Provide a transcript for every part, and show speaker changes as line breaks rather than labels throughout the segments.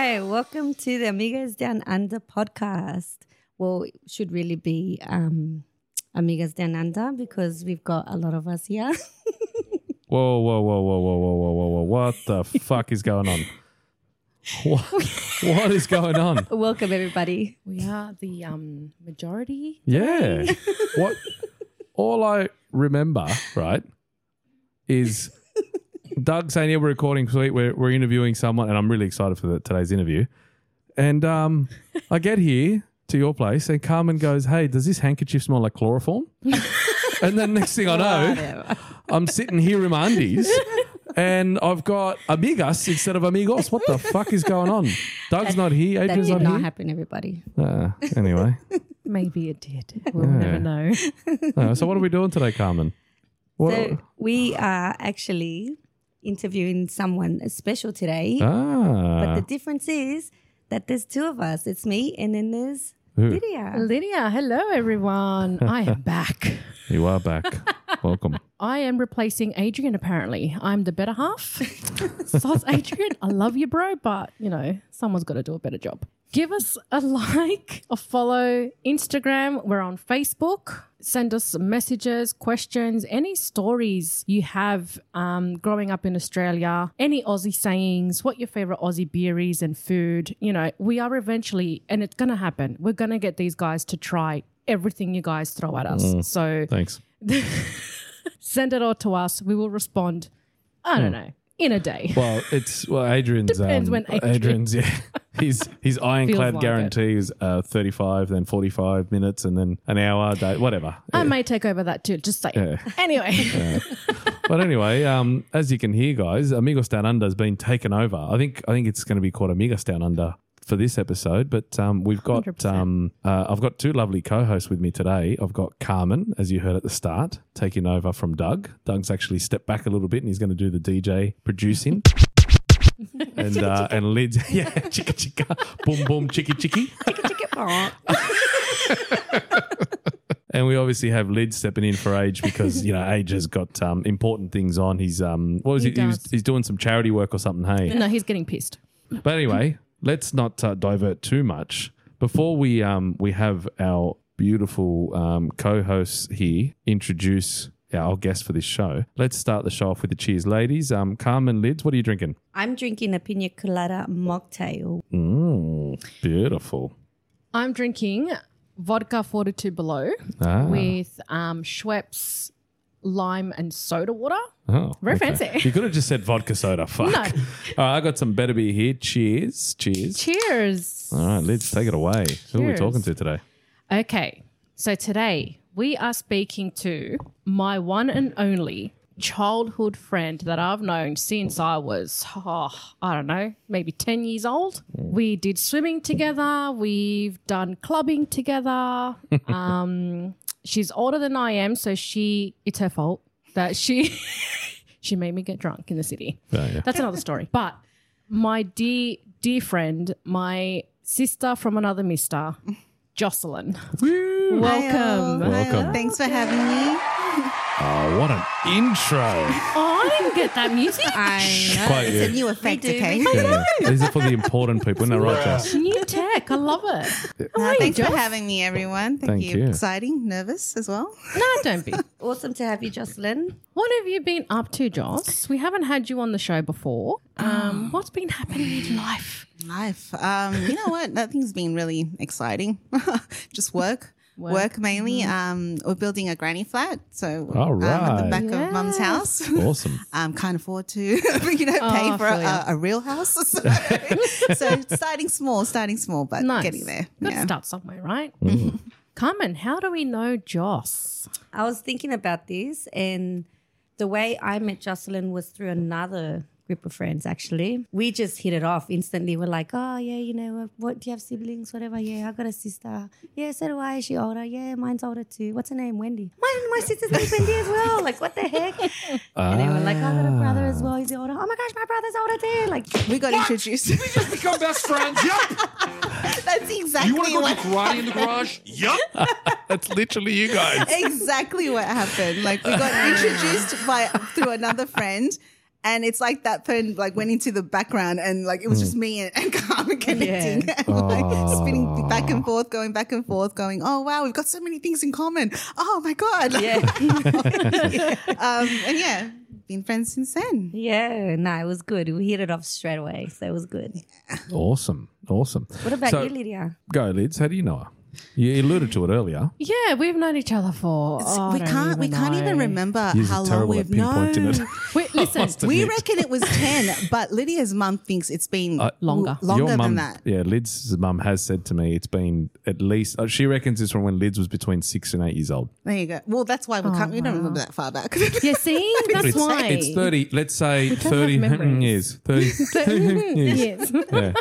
Welcome to the Amigas Down Under podcast. Well, it should really be um, Amigas Down Under because we've got a lot of us here.
Whoa, whoa, whoa, whoa, whoa, whoa, whoa, whoa, whoa. What the fuck is going on? What, what is going on?
Welcome, everybody.
We are the um, majority.
Yeah. What? All I remember, right, is Doug saying, yeah, we're recording sweet. We're, we're interviewing someone, and I'm really excited for the, today's interview. And um, I get here to your place, and Carmen goes, hey, does this handkerchief smell like chloroform? and then next thing I know,
Whatever.
I'm sitting here in my undies and I've got amigas instead of amigos. What the fuck is going on? Doug's not here.
That
Adrian's
did
not,
not
here.
happen, everybody.
Uh, anyway,
Maybe it did. We'll
Yeah.
never know.
Uh, so what are we doing today, Carmen? What,
So we are actually interviewing someone special today, but
ah,
the difference is that there's two of us. It's me, and then there's
Who?
Lydia.
Lydia, hello everyone. I am back.
you are back. Welcome.
I am replacing Adrian, apparently. I'm the better half. Soz Adrian, I love you, bro, but you know, someone's got to do a better job. Give us a like, a follow, Instagram. We're on Facebook. Send us messages, questions, any stories you have um, growing up in Australia, any Aussie sayings, what your favorite Aussie beer is and food. You know, we are eventually, and it's going to happen, we're going to get these guys to try everything you guys throw at us. So
Thanks.
send it all to us. We will respond. I
Hmm.
don't know in a day.
Well, it's well Adrian's.
Depends
um,
when Adrian-
Adrian's. Yeah, his his ironclad
like it.
guarantee is uh, thirty five, then forty five minutes, and then an hour, day, whatever.
I may take over that too. Just say.
Yeah.
Anyway,
But anyway, um, as you can hear, guys, Amigos Down Under has been taken over. I think I think it's going to be called Amigos Down Under for this episode. But um, we've got
100%.
um, uh, I've got two lovely co-hosts with me today. I've got Carmen, as you heard at the start, taking over from Doug. Doug's actually stepped back a little bit, and he's going to do the DJ producing. and uh, and Lids, yeah, chicka chicka, boom boom, chicky chicky. And we obviously have Lid stepping in for Age because you know Age has got um, important things on. He's um, what was
He
it? He was,
does.
he's doing some charity work or something. Hey,
no, he's getting pissed.
but anyway, let's not uh, divert too much. Before we um, we have our beautiful um, co-hosts here introduce our guest for this show. Let's start the show off with the cheers, ladies. Um, Carmen Lids, what are you drinking?
I'm drinking a pina colada mocktail.
Mm, beautiful.
I'm drinking vodka 42 below
Ah,
with um, Schweppes lime and soda water.
oh,
very fancy.
You could have just said vodka soda. Fuck. All
No.
right, I got some better beer here. Cheers. Cheers.
Cheers.
All right, Liz, take it away. Who are we
Cheers.
talking to today?
Okay, so today we are speaking to my one and only childhood friend that I've known since I was, oh, I don't know, maybe 10 years old. We did swimming together, we've done clubbing together. um, she's older than I am, so she, it's her fault that she. She made me get drunk in the city.
Oh, yeah.
That's another story. But my dear, dear friend, my sister from another mister, Jocelyn. Welcome.
Hi-oh. Welcome.
Thanks for having me.
Oh, what an intro.
Oh, I didn't get that music.
I know.
Quite
it's
you.
a new effect,
We do,
okay?
we
Yeah. These are for the important people. Isn't that right, Joss?
New tech. I love it.
No,
Hi,
thanks
Joss.
for having me, everyone. Thank,
Thank
you.
you.
Exciting, nervous as well.
No, don't be.
Awesome to have you, Jocelyn.
What have you been up to, Joss? We haven't had you on the show before.
Ah.
Um, what's been happening in life?
Life. Um, you know what? Nothing's been really exciting. Just work. Work, mainly. Um, we're building a granny flat, so
All
um, at
right.
the back of
Yes.
mum's house.
Awesome.
um, can't afford to, you know, pay
Oh,
for
I feel ya.
a, a real house. So, so starting small, starting small, but
Nice.
getting there.
Got
Yeah. Mm-hmm.
to start somewhere, right? Carmen, how do we know Joss?
I was thinking about this, and the way I met Jocelyn was through another group of friends, actually. We just hit it off instantly. We're like, oh, yeah, you know, what do you have siblings? Whatever. Yeah, I got a sister. Yeah, so do I. Is she older? Yeah, mine's older too. What's her name? Wendy. Mine, my sister's name's Wendy as well. Like, what the heck? And they were like, I got a brother as well. He's older. Oh my gosh, my brother's older too. Like,
We got introduced.
become best friends. Yep.
That's exactly
You want to go do
what
karate in the garage? Yep.
That's literally you guys.
exactly what happened. Like we got introduced by through another friend. and it's like that pen like went into the background and like it was
Hmm.
just me and, and Carmen connecting and like spinning back and forth, going back and forth, going, oh wow, we've got so many things in common. Oh my god, Like,
Yeah.
um, and yeah, been friends since then.
yeah. No, it was good. We hit it off straight away. So it was good.
Awesome. Awesome.
What about
So-
you, Lydia?
Go, Lids. How do you know her? You alluded to it earlier.
Yeah, we've known each other for. oh, I
we
don't
can't we can't even
know.
remember
You're
how long
terrible
we've
at pinpointing
known.
it.
Wait, listen,
must
We
admit.
reckon it was 10, but Lydia's mum thinks it's been
Uh,
Longer.
w- longer
Your mum,
than that.
Yeah, Lids' mum has said to me it's been at least, uh, she reckons it's from when Lids was between six and eight years old.
There you go. Well, that's why we can't, we don't remember that far back.
yeah, see, that's
it's,
why.
it's 30, let's say 30
have memories.
years. 30 years.
Mm, yes.
Yeah.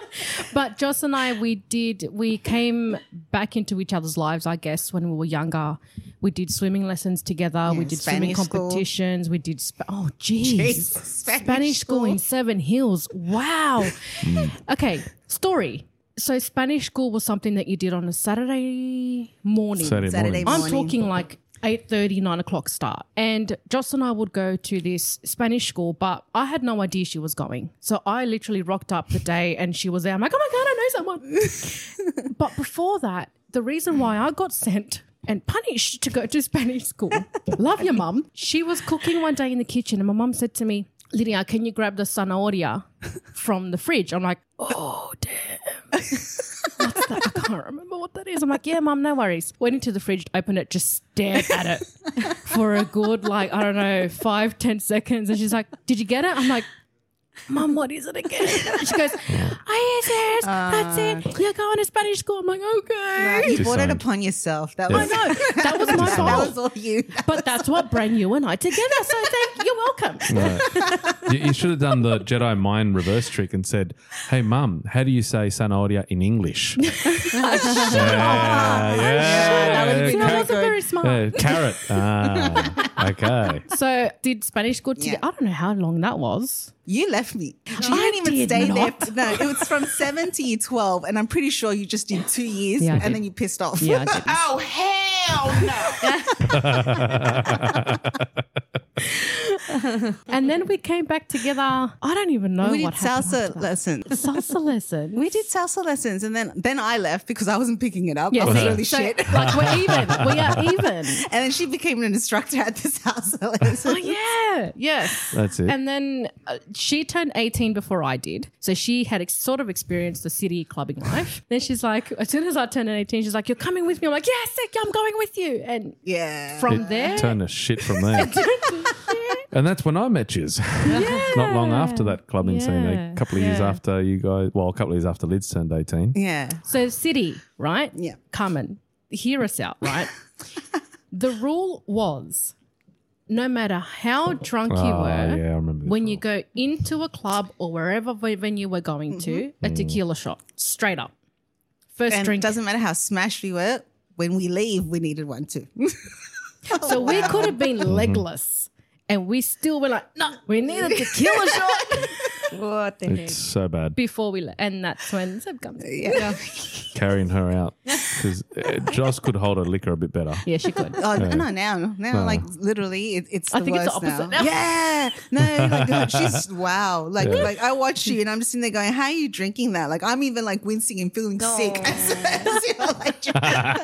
But Joss and I, we did, we came back into each other's lives, I guess, when we were younger. We did swimming lessons together. we
Yeah,
did swimming
Spanish school.
competitions. We did, sp- oh, jeez.
Jeez,
Spanish,
Spanish
school. in Seven Hills. Wow.
Mm.
okay, story. So, Spanish school was something that you did on a Saturday morning.
Saturday,
Saturday
morning.
morning.
I'm talking like 8.30, 9 o'clock start. And Joss and I would go to this Spanish school, but I had no idea she was going. So I literally rocked up the day and she was there. I'm like, oh my God, I know someone. but before that, the reason why I got sent and punished to go to Spanish school, love your mum. She was cooking one day in the kitchen and my mum said to me, Lydia, can you grab the zanahoria from the fridge? I'm like, oh, damn. What's that? I can't remember what that is. I'm like, yeah, mum, no worries. Went into the fridge, opened it, just stared at it for a good, like, I don't know, five, ten seconds. And she's like, did you get it? I'm like, mum, what is it again? She goes, oh, yes, yes, that's it. You're going to Spanish school. I'm like, okay.
you brought it
Disowned.
upon yourself. That
I
was
know. That was my
that
fault.
was all you.
But that's what brought you and I together. So thank you're welcome.
Right. you, you should have done the Jedi mind reverse trick and said, "Hey, mum, how do you say Sanoria in English?" yeah, yeah,
That would have
You
been
know, I
yeah,
very
wasn't
good.
very smart.
yeah, carrot. Ah, okay.
So did Spanish school together. I don't know how long that was.
You left me. You didn't even
did
stay
not.
there. No, it was from seven to year 12, and I'm pretty sure you just did two years
Yeah, I
and
did.
then you pissed off.
Yeah, I didn't.
Oh, hell
Oh,
no.
And then we came back together. I don't even know
we did
Oh, what happened.
salsa lessons.
after that. Salsa lesson.
We did salsa lessons, and then then I left because I wasn't picking it up.
Yeah,
I was
see?
really
So,
shit.
Like we're even. We are even.
And then she became an instructor at the salsa lesson.
Oh yeah. Yes.
That's it.
And then uh, she turned 18 before I did. So she had ex- sort of experienced the city clubbing life. then she's like, as soon as I turned 18, she's like, You're coming with me. I'm like, Yes, sick, I'm going with you. And
Yeah.
from there,
Turn the shit from there. and that's when I met you. Not long after that clubbing scene,
Yeah.
a couple of years
Yeah.
after you guys, well, a couple of years after Lids turned 18.
yeah.
So city, right?
Yeah.
Carmen, hear us out, right? the rule was no matter how drunk you
Ah,
were,
yeah, I remember this
when you
rule.
go into a club or wherever ve- venue we're going to, a
Mm.
tequila shot, straight up. First
Mm-hmm. And it
drink.
doesn't matter how smashed we were, when we leave, we needed one too.
so we could have
Mm-hmm.
been legless. And we still were like, no, we need a tequila shot
What the heck?
It's so bad
before we left. And that's when Seb comes.
yeah.
carrying her out because Joss could hold her liquor a bit better.
Yeah, she could.
Oh, no, now, now, like literally, it, it's.
I
the
think it's the
worst
opposite now.
Yeah, no, like God, she's wow. Like, like I watch you, and I'm just sitting there going, "How are you drinking that?" Like, I'm even like wincing and feeling sick. As- you know, like,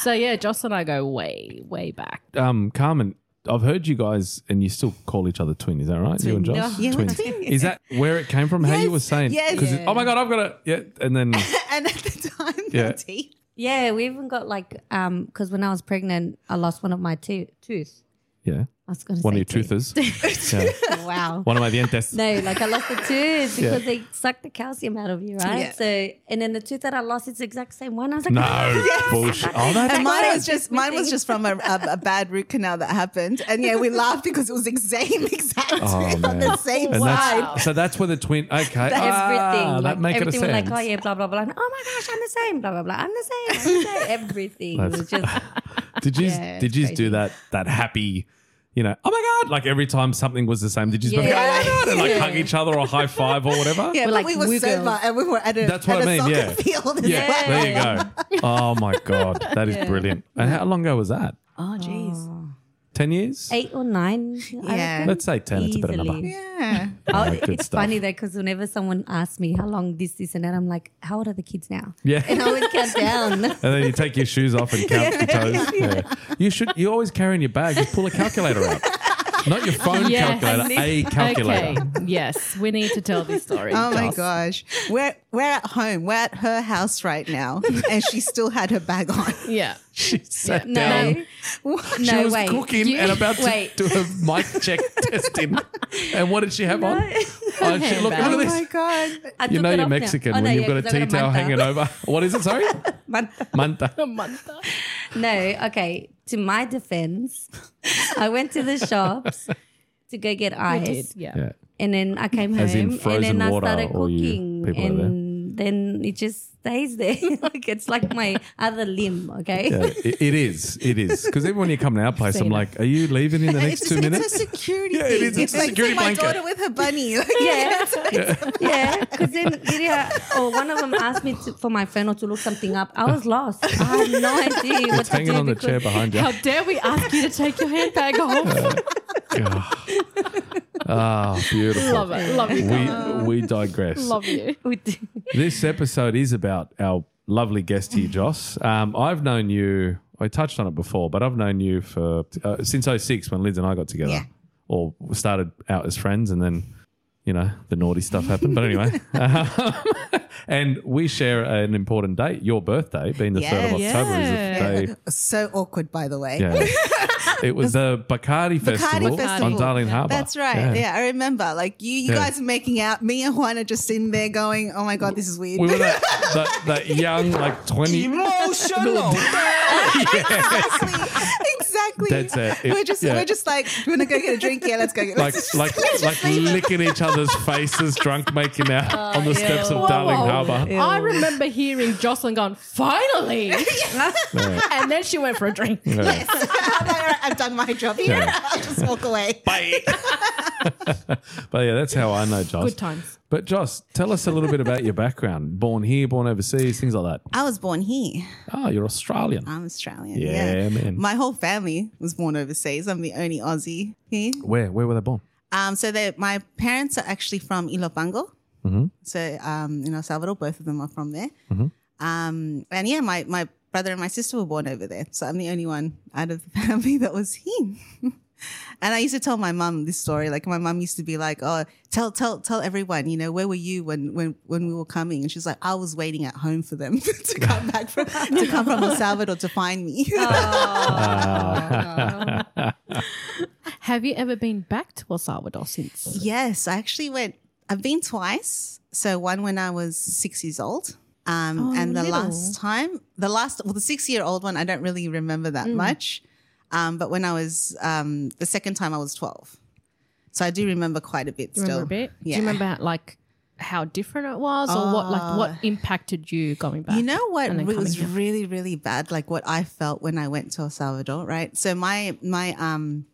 So yeah, Joss and I go way, way back.
um, Carmen, I've heard you guys, and you still call each other twin. Is that right? You and Josh,
Yeah, we're
twins.
twins.
Is that where it came from? How you
Yes,
were saying?
yes.
'Cause it- oh my god, I've got it. Yeah, and then
and at the time,
Yeah.
the teeth.
Yeah, we even got like, um, because when I was pregnant, I lost one of my tooth. tooth.
yeah,
I was going to say
one of your
tooth.
truthers. yeah.
Wow.
One of my dientes.
No, like I lost the tooth because they suck the calcium out of you, right?
Yeah.
So, and then the tooth that I lost, it's the exact same one. I was like,
No
"Ah."
bullshit. Oh, that's
And mine
God,
was just mine was just from a, a, a bad root canal that happened, and yeah, we laughed because it was the same exact
Oh,
on
man.
the same
and
side.
that's so that's where the twin. Okay,
Everything,
ah,
like,
that make it a
everything was
sense.
like, oh yeah, blah blah blah. And, oh my gosh, I'm the same, blah blah blah. I'm the same, I'm the same. Everything it was just
Did you
Yeah,
did
it's
you
crazy.
do that that happy, you know, oh my god, like every time something was the same, did you just be like,
Yeah.
oh my god, and like hug each other or high five or whatever?
Yeah,
We're
but
like
we were
woo
sober
girls.
and we were at a,
That's what
at
I
a
mean,
soccer
yeah.
field. as
Yeah,
well.
there you go. Oh my god, that is brilliant. And how long ago was that?
Oh, jeez.
Ten years?
eight or nine. I
Yeah.
reckon.
Let's say ten. It's a better number.
Easily.
Yeah. Yeah.
Oh,
Ah, good
it's
stuff.
funny though because whenever someone asks me how long this, this, and that, I'm like, how old are the kids now?
Yeah.
and I always count down.
And then you take your shoes off and count the toes. Yeah. You should. You always carry in your bag. Just pull a calculator out, not your phone
Yes.
calculator, a calculator.
Okay. yes, we need to tell this story.
Oh my
Joss.
gosh. We're we're at home. We're at her house right now. and she still had her bag on.
Yeah.
She sat
No,
down.
no,
What?
She was
wait.
cooking
You-
and about to
wait.
do a mic check testing. And what did she have on? Oh, she, look, look
Handbag.
at
Oh
this.
my
I
god.
You
took
know
it
you're
off now.
Mexican
Oh, no,
when you've
yeah,
got a
'cause
tea
I've
towel
manta.
hanging over. What is it? Sorry,
Manta.
manta.
Manta.
No, okay. To my defense, I went to the shops to go get
I
ice.
did. Yeah.
Yeah.
and then I came
As in
home, and
frozen
then I
water,
started
or you-
cooking,
people are there.
and then it just stays there. like it's like my other limb. Okay.
Yeah, it, it is. It is because even when you come to our place, I'm
Seen it.
like, "Are you leaving in the next
it's,
two
it's
minutes?"
a security
Yeah, it
thing.
is. It's a
like
security
my
blanket.
daughter with her bunny. Like,
Yeah, yeah. Because then, yeah, or one of them asked me to, for my phone or to look something up. I was lost. I had no idea what
It's
to do.
hanging on the
because-
chair behind you.
How dare we ask you to take your handbag off?
Ah, beautiful.
love it. Love
Oh
you.
We we digress.
Love you.
We did-
This episode is about our lovely guest here, Joss. Um, I've known you. I touched on it before, but I've known you for uh, since 06 when Liz and I got together,
Yeah.
or started out as friends, and then you know the naughty stuff happened. But anyway, and we share an important date, your birthday, being the third of
Yeah.
October,
Yeah.
is the day
So awkward, by the way.
Yeah. it was the Bacardi, Festival,
Festival.
on Darling Harbour.
That's right. Yeah. I remember. Like you, you
Yeah.
guys making out. Me and Juan are just sitting there going, "Oh my god, this is weird."
We were that, that, that young, like 20.
Emotional.
exactly.
That's it. It-
we're just,
yeah.
we're just like, we're gonna go get a drink. Yeah, let's go. Get,
Like,
let's
like, like licking each other's faces, drunk, making out
Oh,
on the steps of
Whoa,
Darling
whoa.
Harbour.
I remember hearing Jocelyn going, finally. and then she went for a drink.
Yeah.
I've done my job here. I'll just walk away.
Bye. but yeah, that's how I know Joss.
Good times.
But Joss, tell us a little bit about your background. Born here, born overseas, things like that.
I was born here.
Oh, you're Australian.
I'm Australian.
Yeah,
Uh, Yeah,
man.
My whole family was born overseas. I'm the only Aussie here.
Where? Where were they born?
Um, so they, my parents are actually from Ilopango. So um, in El Salvador, both of them are from there. Um, and yeah, my, my brother and my sister were born over there. So I'm the only one out of the family that was here. and I used to tell my mum this story. Like my mum used to be like, "Oh, tell tell tell everyone, you know, where were you when when when we were coming?" And she's like, "I was waiting at home for them to come back from to come from El Salvador to find me."
Have you ever been back to El Salvador since?
Yes, I actually went. I've been twice. So one when I was six years old. Um, and the
Oh, little.
last time, the last, well, the six year old one, I don't really remember that
Mm.
much. Um, but when I was, um, the second time I was 12. So I do remember quite a bit
Do you
still.
remember a bit?
Yeah.
Do you remember like how different it was or what like what impacted you going back?
Ah. You know what
and then
it
coming
was
here?
really really bad like what I felt when I went to El Salvador, right? So my my um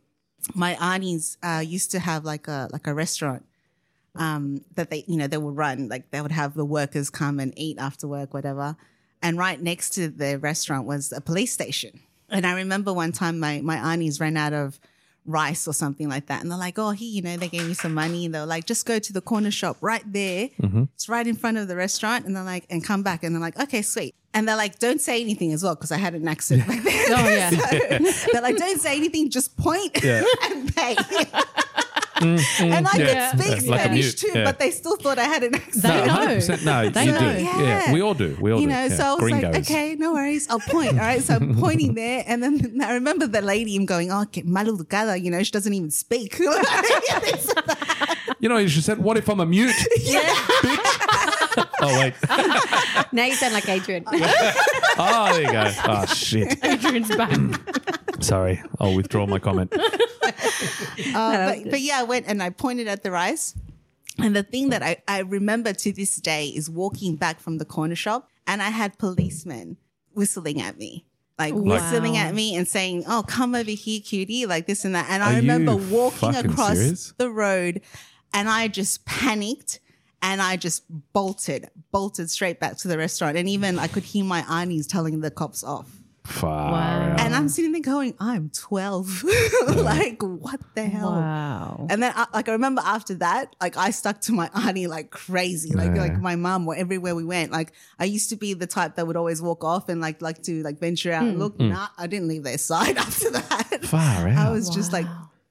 my aunties uh, used to have like a like a restaurant um that they you know they would run like they would have the workers come and eat after work whatever. And right next to the restaurant was a police station. And I remember one time my my aunties ran out of rice or something like that and they're like oh here you know they gave me some money and they were like just go to the corner shop right there it's right in front of the restaurant and they're like and come back and they're like okay sweet and they're like don't say anything as well because i had an accent back then
Oh yeah.
they're like don't say anything just point
Yeah.
and pay and i
yeah.
could speak
Yeah, like a mute,
spanish too
yeah.
but they still thought i had an accent
Ah,
They know.
100% no,
They
you
know.
do. Yeah.
Yeah.
we all do. We all
you
do.
know,
Yeah.
so I was
Gringos.
like, okay, no worries, I'll point. All right, so I'm pointing there, and then I remember the lady and going, oh, que mal educada, you know, she doesn't even speak.
You know, you should said, "What if I'm a mute?"
yeah.
oh wait.
Now you sound like Adrian.
Oh, there you go. Oh shit.
Adrian's back.
Sorry, I'll withdraw my comment.
Uh,
was
but, but yeah, I went and I pointed at the rice. And the thing that I, I remember to this day is walking back from the corner shop and I had policemen whistling at me. Like
Wow.
whistling at me and saying, Oh, come over here, cutie, like this and that. And
Are
I remember
you
walking
fucking
across
serious?
the road and I just panicked and I just bolted, bolted straight back to the restaurant. And even I could hear my aunties telling the cops off.
Far
Wow.
out.
And
Oh.
I'm sitting there going, I'm 12. like, what the hell?
Wow.
And then, I, like, I remember after that, like, I stuck to my auntie like crazy. Like,
Yeah.
like my mum, or everywhere we went, like, I used to be the type that would always walk off and like, like to like venture
Hmm.
out and look. Nah, I didn't leave their side after that.
Far out.
I was just like,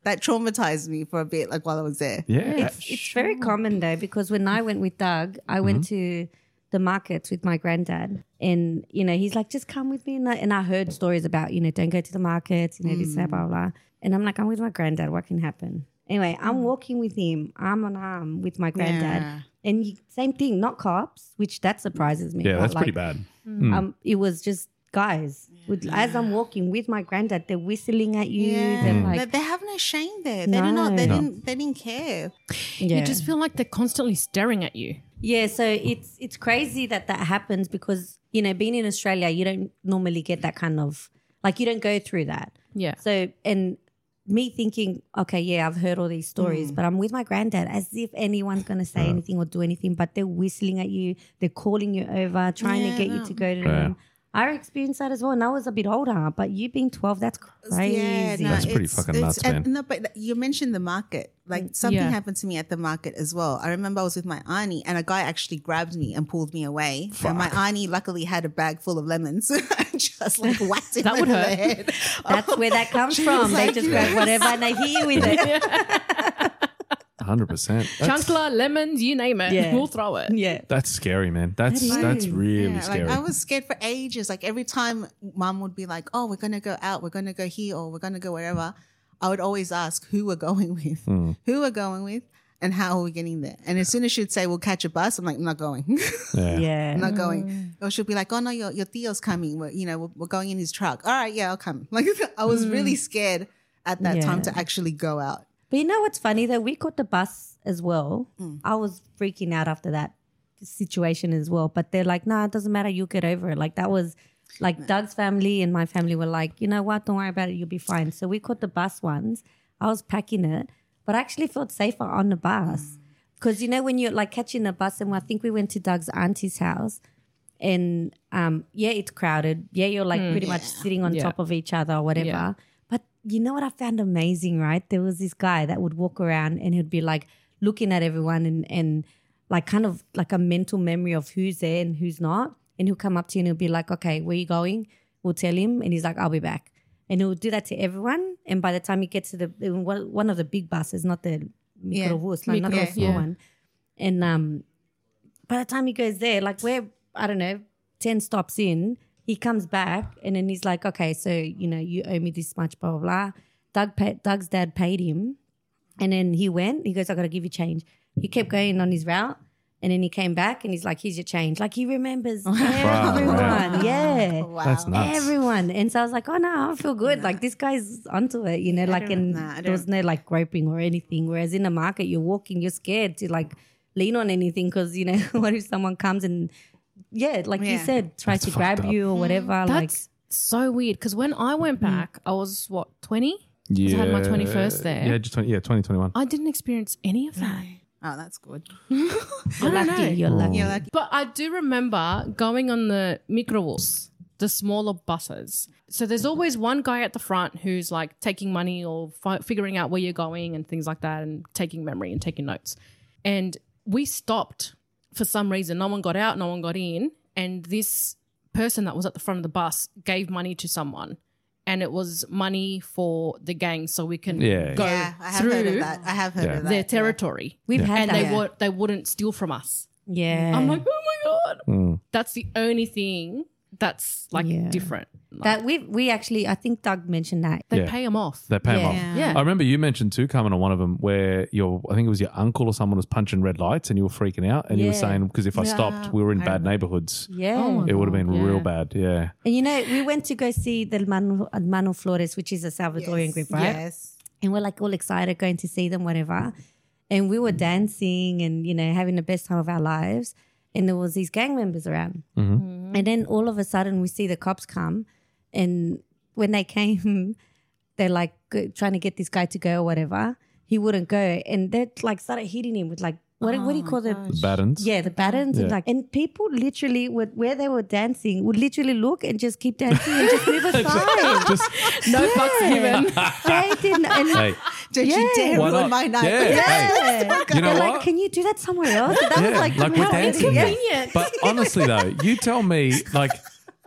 that traumatized me for a bit, like while I was there.
yeah.
It's, it's very common though because when I went with Doug, I went
Mm-hmm.
to the markets with my granddad, and you know he's like, "Just come with me," and I, and I heard stories about you know don't go to the markets, you know this
Mm.
and that, blah blah. And I'm like, I'm with my granddad. What can happen? Anyway,
Mm.
I'm walking with him, arm on arm with my granddad,
Yeah.
and you, same thing, not cops, which that surprises me.
yeah,
but,
that's pretty
like,
bad. Hmm.
um, it was just guys. With, as I'm walking with my granddad, they're whistling at you. They're
But
like,
they have no shame there. They did
No.
not. They
No.
didn't. They didn't care.
yeah.
You just feel like they're constantly staring at you.
Yeah, so it's it's crazy that that happens because you know being in Australia, you don't normally get that kind of like you don't go through that.
Yeah.
So and me thinking, okay, yeah, I've heard all these
Mm.
stories, but I'm with my granddad as if anyone's gonna say anything or do anything, but they're whistling at you, they're calling you over, trying
Yeah,
to get you
no.
to go to
Yeah.
them. I experienced that as well, and I was a bit older, but you being twelve, that's crazy.
That's pretty fucking nuts,
and-
man.
No, but you mentioned the market. Like something
Mm, Yeah.
happened to me at the market as well. I remember I was with my auntie, and a guy actually grabbed me and pulled me away. And my auntie luckily had a bag full of lemons, and just like whacked him
That would
over the
hurt.
head. Oh,
That's where that comes
She
from.
was
They
like,
just grab whatever and they hit you with it.
Hundred percent. That's,
Chancellor, lemons, you name it.
Yeah.
We'll throw it.
Yeah.
that's scary, man. That's
That is.
that's really
Yeah,
scary.
like I was scared for ages. Like every time mom would be like, "Oh, we're gonna go out. We're gonna go here, or we're gonna go wherever," I would always ask who we're going with,
Hmm.
who we're going with, and how are we getting there. And as soon as she'd say we'll catch a bus, I'm like, "I'm not going.
yeah.
Yeah.
I'm not
Mm.
going." Or she'll be like, "Oh no, your your Theo's coming. We're, you know, we're, we're going in his truck. All right, yeah, I'll come." Like I was really scared at that time
Mm. Yeah.
to actually go out.
But you know what's funny though? We caught the bus as well. I was freaking out after that situation as well. But they're like, nah, it doesn't matter. You'll get over it. Like that was like Doug's family and my family were like, you know what? Don't worry about it. You'll be fine. So we caught the bus once. I was packing it, but I actually felt safer on the bus. Because you know, when you're like catching a bus, and I think we went to Doug's auntie's house, and um, yeah, it's crowded. Yeah, you're like pretty much sitting on
Yeah.
top of each other or whatever.
Yeah.
But you know what I found amazing, right? There was this guy that would walk around and he'd be like looking at everyone and and like kind of like a mental memory of who's there and who's not. And he'll come up to you and he'll be like, "Okay, where you going?" We'll tell him, and he's like, "I'll be back." And he'll do that to everyone. And by the time he gets to the one one of the big buses, not the
Yeah.
microbus, like not the
Micro,
small
yeah.
one, and um, by the time he goes there, like we're, I don't know, 10 stops in, he comes back and then he's like, okay, so, you know, you owe me this much, blah, blah, blah. Doug pa- Doug's dad paid him. And then he went, he goes, I got to give you change. He kept going on his route. And then he came back and he's like, here's your change. Like he remembers everyone.
Wow.
Yeah.
Wow.
That's nuts.
Everyone. And so I was like, oh no, I feel good. Like this guy's onto it, you know, like
don't-
and
nah, I
there was no like groping or anything. Whereas in the market, you're walking, you're scared to like lean on anything because, you know, what if someone comes and yeah, like you
Yeah.
said, tries to grab
fucked up.
you or whatever. Like
That's so weird because when I went back, I was what, 20? 'Cause I had my 21st there.
Yeah, just 20, yeah, 2021.
I didn't experience any of that.
Oh, that's good.
you're
I don't
lucky,
know.
you're lucky.
You're like,
But I do remember going on the microbus, the smaller buses. So there's always one guy at the front who's like taking money or fi- figuring out where you're going and things like that and taking memory and taking notes. And we stopped for some reason. No one got out, no one got in. And this person that was at the front of the bus gave money to someone. And it was money for the gang so we can
Yeah.
go
yeah, I have
through
heard of that. I have heard
Yeah.
of that.
their territory.
We've had
And
that.
they, wa- they wouldn't steal from us.
yeah.
I'm like, oh my God.
Mm.
That's the only thing that's like
Yeah.
different. Like,
that we we actually I think Doug mentioned that.
they
Yeah.
pay him off.
They pay 'em
Yeah.
off.
Yeah.
yeah.
I remember you mentioned too, Carmen, on one of them where your, I think it was your uncle or someone was punching red lights and you were freaking out and you were
Yeah.
saying, because if I
Yeah,
stopped, we were in
I
bad
remember.
neighborhoods.
Yeah.
Oh my
It would have been
God,
real
yeah.
bad. Yeah.
and you know, we went to go see the Manu, Manu Flores, which is a Salvadorian group, right?
Yes.
and we're like all excited going to see them, whatever. And we were dancing and you know having the best time of our lives. And there was these gang members around, and then all of a sudden we see the cops come, and when they came, they're like g- trying to get this guy to go or whatever. He wouldn't go, and they like started hitting him with like what, what do you call the
Battens.
Yeah, the patterns and
Yeah.
like, and people literally would where they were dancing would literally look and just keep dancing and just move aside.
Just,
No fucks
Yeah.
given.
they didn't. And
hey,
Don't you
Yeah.
dare
Why
ruin
not?
my night.
Yeah. Hey.
yeah.
You know
They're
what?
like, can you do that somewhere else? That was
Yeah,
like,
like we're
how
dancing. Yeah.
Convenient.
But honestly, though, you tell me, like,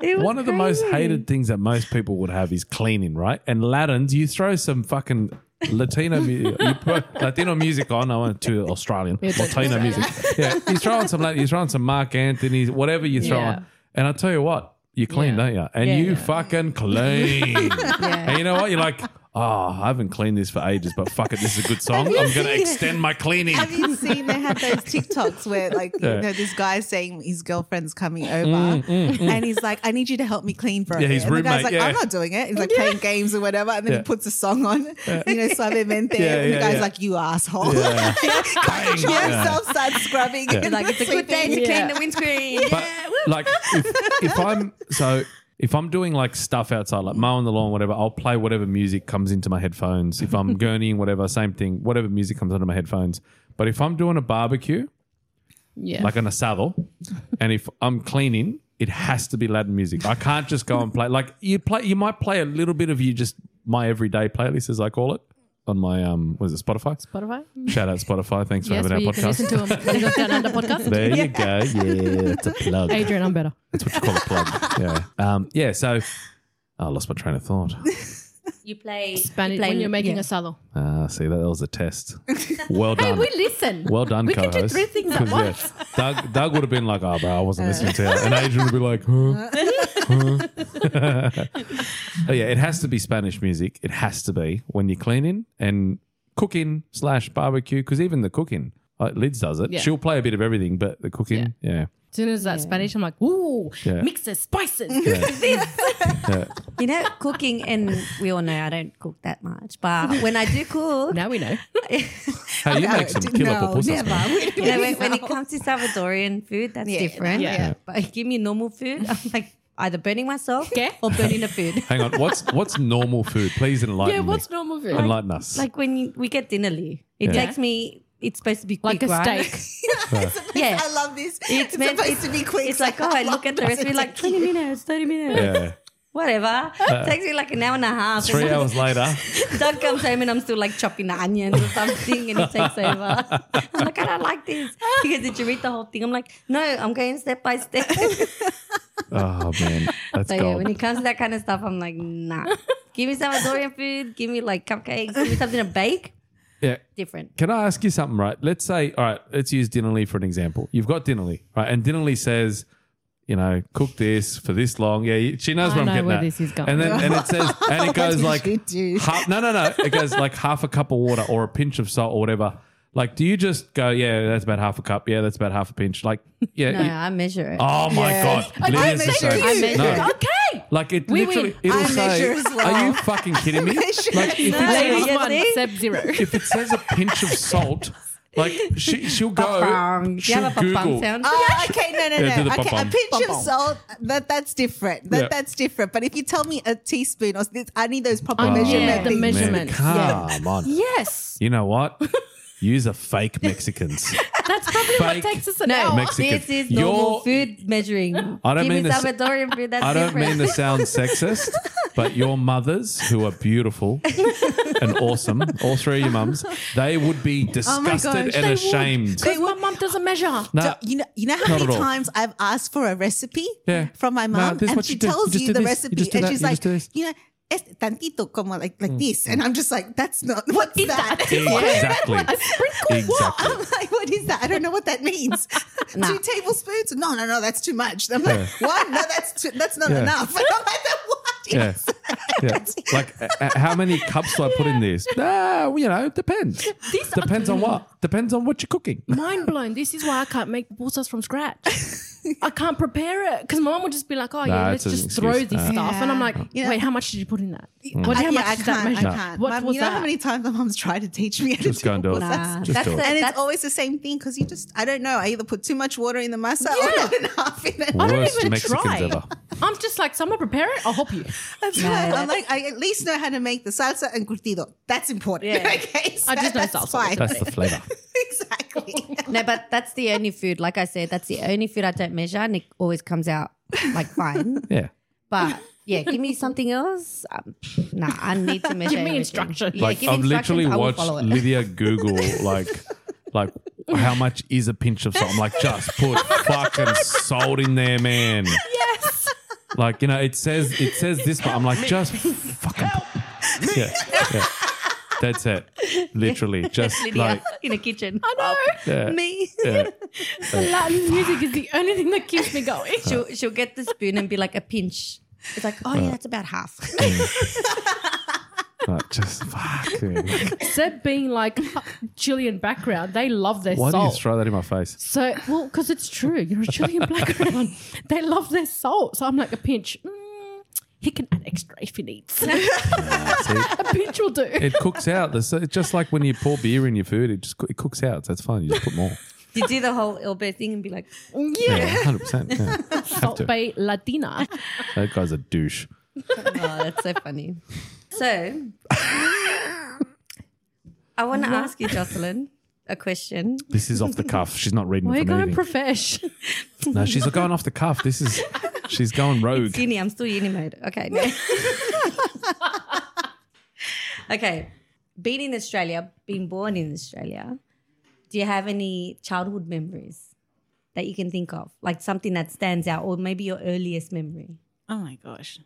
It was
one of the most
crazy.
hated things that most people would have is cleaning, right? And Latins, you throw some fucking Latino music, you put Latino music on. I went to Australian Latino music. Yeah, you throw on some, Latin- you throw on some Mark Anthony, whatever you throw
Yeah.
on, and I tell you what, you clean, don't you? And
Yeah,
you
yeah.
fucking clean. And you know what? You're like. Oh, I haven't cleaned this for ages, but fuck it, this is a good song. I'm going to extend my cleaning.
Have you seen they had those TikToks where like
Yeah. Mm,
you know this guy's saying his girlfriend's coming over and he's like, I need you to help me clean for
Yeah,
a bit."
his
and the
roommate,
guy's like,
yeah.
I'm not doing it. He's like playing games or whatever, and then
Yeah.
he puts a song on, you know, Suavemente,
Yeah,
and the
yeah,
guy's
yeah.
like, You asshole.
Yeah.
Control
Yeah.
yourself, start scrubbing.
Yeah.
and
Like it's a good day
sweeping.
to
Yeah.
clean the windscreen.
But like if, if I'm so if I'm doing like stuff outside, like mowing the lawn, whatever, I'll play whatever music comes into my headphones. If I'm gurneying, whatever, same thing, whatever music comes into my headphones. But if I'm doing a barbecue,
Yeah.
like an asado, and if I'm cleaning, it has to be Latin music. I can't just go and play like you play. You might play a little bit of you just my everyday playlist, as I call it, on my um, was it Spotify?
Spotify?
Shout out Spotify. Thanks for
Yes, where
having
you
our
can listen
podcast.
to them. Ladies of Down Under podcast.
There you go. Yeah, it's a plug.
Adrian, I'm better.
That's what you call a plug. yeah. Um, yeah. So oh, I lost my train of thought.
You play
Spanish when you're making asado.
Ah, see, that, that was a test. Well
Hey,
done.
we listen.
well done,
We
co-host.
can do three things at
'Cause, yeah,
once. Uh.
Doug, Doug would have been like, "Oh, bro, I wasn't listening to it," and Adrian would be like, "Huh." huh?" oh yeah, it has to be Spanish music. It has to be when you're cleaning and cooking slash barbecue. Because even the cooking, like Liz does it.
Yeah.
She'll play a bit of everything, but the cooking, yeah,
As soon as that's Spanish, I'm like, ooh,
Yeah.
mixes, spices.
You know, cooking, and we all know I don't cook that much, but when I do cook,
Now we know.
Hey, you make some killer
no,
pupusas,
never.
man.
We
you know, when, when it comes to Salvadorian food, that's different.
yeah. Yeah.
But give me normal food, I'm like either burning myself
Okay.
or burning the food.
Hang on, what's what's normal food? Please enlighten
Yeah, what's
me.
normal food?
enlighten us.
like when you, we get dinnerly, it
Yeah.
takes me. It's supposed to be
Like
quick,
a
right?
steak.
Yeah.
I love this. It's,
meant-
supposed to be quick.
It's like, oh, I look at the recipe like 20 minutes, 30 minutes,
yeah. Uh,
whatever. takes me like an hour and a half.
Three
And
hours later,
Doug comes home and I'm still like chopping the onions or something and he takes over. I'm like, I don't like this. He goes, Did you read the whole thing? I'm like, No, I'm going step by step. so
oh man, that's
yeah, when it
gold.
comes to that kind of stuff, I'm like, nah. Give me Salvadorian food, give me like cupcakes, give me something to bake.
Yeah.
Different.
Can I ask you something, right? Let's say, all right, let's use Dinnerly for an example. You've got Dinnerly, right? And Dinnerly says, you know, cook this for this long. Yeah, you- she knows
I
where I'm
know
getting
where
at.
this is going.
And then and it says, and it goes
did
like,
you do?
half, no, no, no. It goes like half a cup of water or a pinch of salt or whatever. Like, do you just go, yeah, that's about half a cup. Yeah, that's about half a pinch. Like, yeah.
No,
you-
I measure it.
oh my god, Lydia's the
measure
same.
it.
I measure it.
No.
Okay.
Like it
We
literally,
win.
it'll
I
say,
measure as well.
"Are you fucking kidding me?" Like if,
No.
it,
Ladies
you
one,
see?
Seb zero.
if it says a pinch of salt, like she, she'll go,
Ba-bum. Do you
she'll
have a ba-bum
Google.
sound?
Oh, okay, no, no,
Yeah, do
no.
the
Okay, a
pom-pom.
pinch of
Pom-pom.
salt, that, that's different. That,
Yeah.
That's different. But if you tell me a teaspoon, or s- this, I need those proper
I need
measurement
the
things.
measure-
Man,
measurement.
come on.
Yes.
You know what? Use a fake Mexicans.
That's probably what
Fake.
takes us an
No,
hour.
Mexican.
this is normal
You're-
food measuring.
I don't
Give
mean
me
this-
Salvadorian food. That's
I don't
different.
mean to sound sexist, but your mothers, who are beautiful and awesome, all three of your mums, they would be disgusted
gosh,
and
they would.
ashamed.
Because my mum doesn't measure.
No,
Do- you know, you know how
Not at
many
all.
times I've asked for a recipe
Yeah.
from my
No,
mom,
this is
and
what
she
you do. You
tells
just
you
do
the
this. You
recipe,
just do
and
that.
she's
You
like,
just do this. Mm.
you know, es tantito como like like this, and I'm just like, that's not what's
is
that?
that?
Exactly. Exactly.
I'm like, what is that? I don't know what that means.
Nah.
Two tablespoons? No, no, no, that's too much. I'm like, one? No, that's too, that's not
Yeah.
enough. And I'm like, "Then what is
Yeah. yeah.
that?"
Like, uh, uh, how many cups do I put in this? Ah, well, you know, it depends. depends on what? Depends on what you're cooking.
Mind blown. This is why I can't make the sauce from scratch. I can't prepare it because my mum would just be like, "Oh
Nah,
yeah,
it's
let's
an
just
excuse.
throw this
Yeah.
stuff," and I'm like,
Yeah.
"Wait, how much did you put in that? What? How
I- yeah,
much
I
did that
can't. I
measure?
can't.
What
Mum,
was
you know
that?
how many times my mom's tried to teach me how to
Just go and do it.
Nah.
Just
That's
do it.
the-
And it's
That's-
always the same thing because you just, I don't know, I either put too much water in the masa or not enough in it.
I don't
Worst
even
Mexicans
try.
ever.
I'm just like, someone prepare it. I'll help you.
That's
No,
right. I'm
that's-
like, I at least know how to make the salsa and curtido. That's important.
Yeah.
okay. So
I just know
that's
salsa.
Fine.
That's the flavor.
exactly. exactly.
No, but that's the only food. Like I said, that's the only food I don't measure. Nick always comes out like fine.
Yeah.
But yeah, give me something else. Um, nah, I need to measure.
Give
everything.
me instructions.
Yeah,
like
give
I've
instructions,
literally
I will
watched
follow it.
Lydia Google like like how much is a pinch of salt. I'm like, just
Oh
put fucking salt in there, man. Yes. Like you know, it says it says this, but I'm like, just fucking. Yeah, yeah. That's it. Literally, just
Lydia
like
in the kitchen.
I
yeah,
Me.
yeah.
know. Latin music is the only thing that keeps me going.
She'll she'll get the spoon and be like a pinch. It's like, oh yeah, that's about half.
Like, just fuck. man.
Seb being like Chilean background, they love their
Why do you
salt.
throw that in my face?
so, well, because it's true. You're a Chilean background. they love their salt. So I'm like a pinch. Mm, he can add extra if he needs. a pinch will do.
It cooks out. The- so It's just like when you pour beer in your food, it just coo- it cooks out. So it's fine. You just put more.
you do the whole elbow thing and be like,
yeah.
Yeah, hundred percent. Yeah. Have
Salt
to.
Bay Latina.
That guy's a douche.
oh, that's so funny. So I want to ask you, Jocelyn, a question.
This is off the cuff. She's not reading
We're
from
going
anything.
profesh.
no, she's going off the cuff. This is she's going rogue.
Uni, I'm still uni mode. Okay. no. okay. Been in Australia, been born in Australia. Do you have any childhood memories that you can think of? Like something that stands out, or maybe your earliest memory?
Oh my gosh.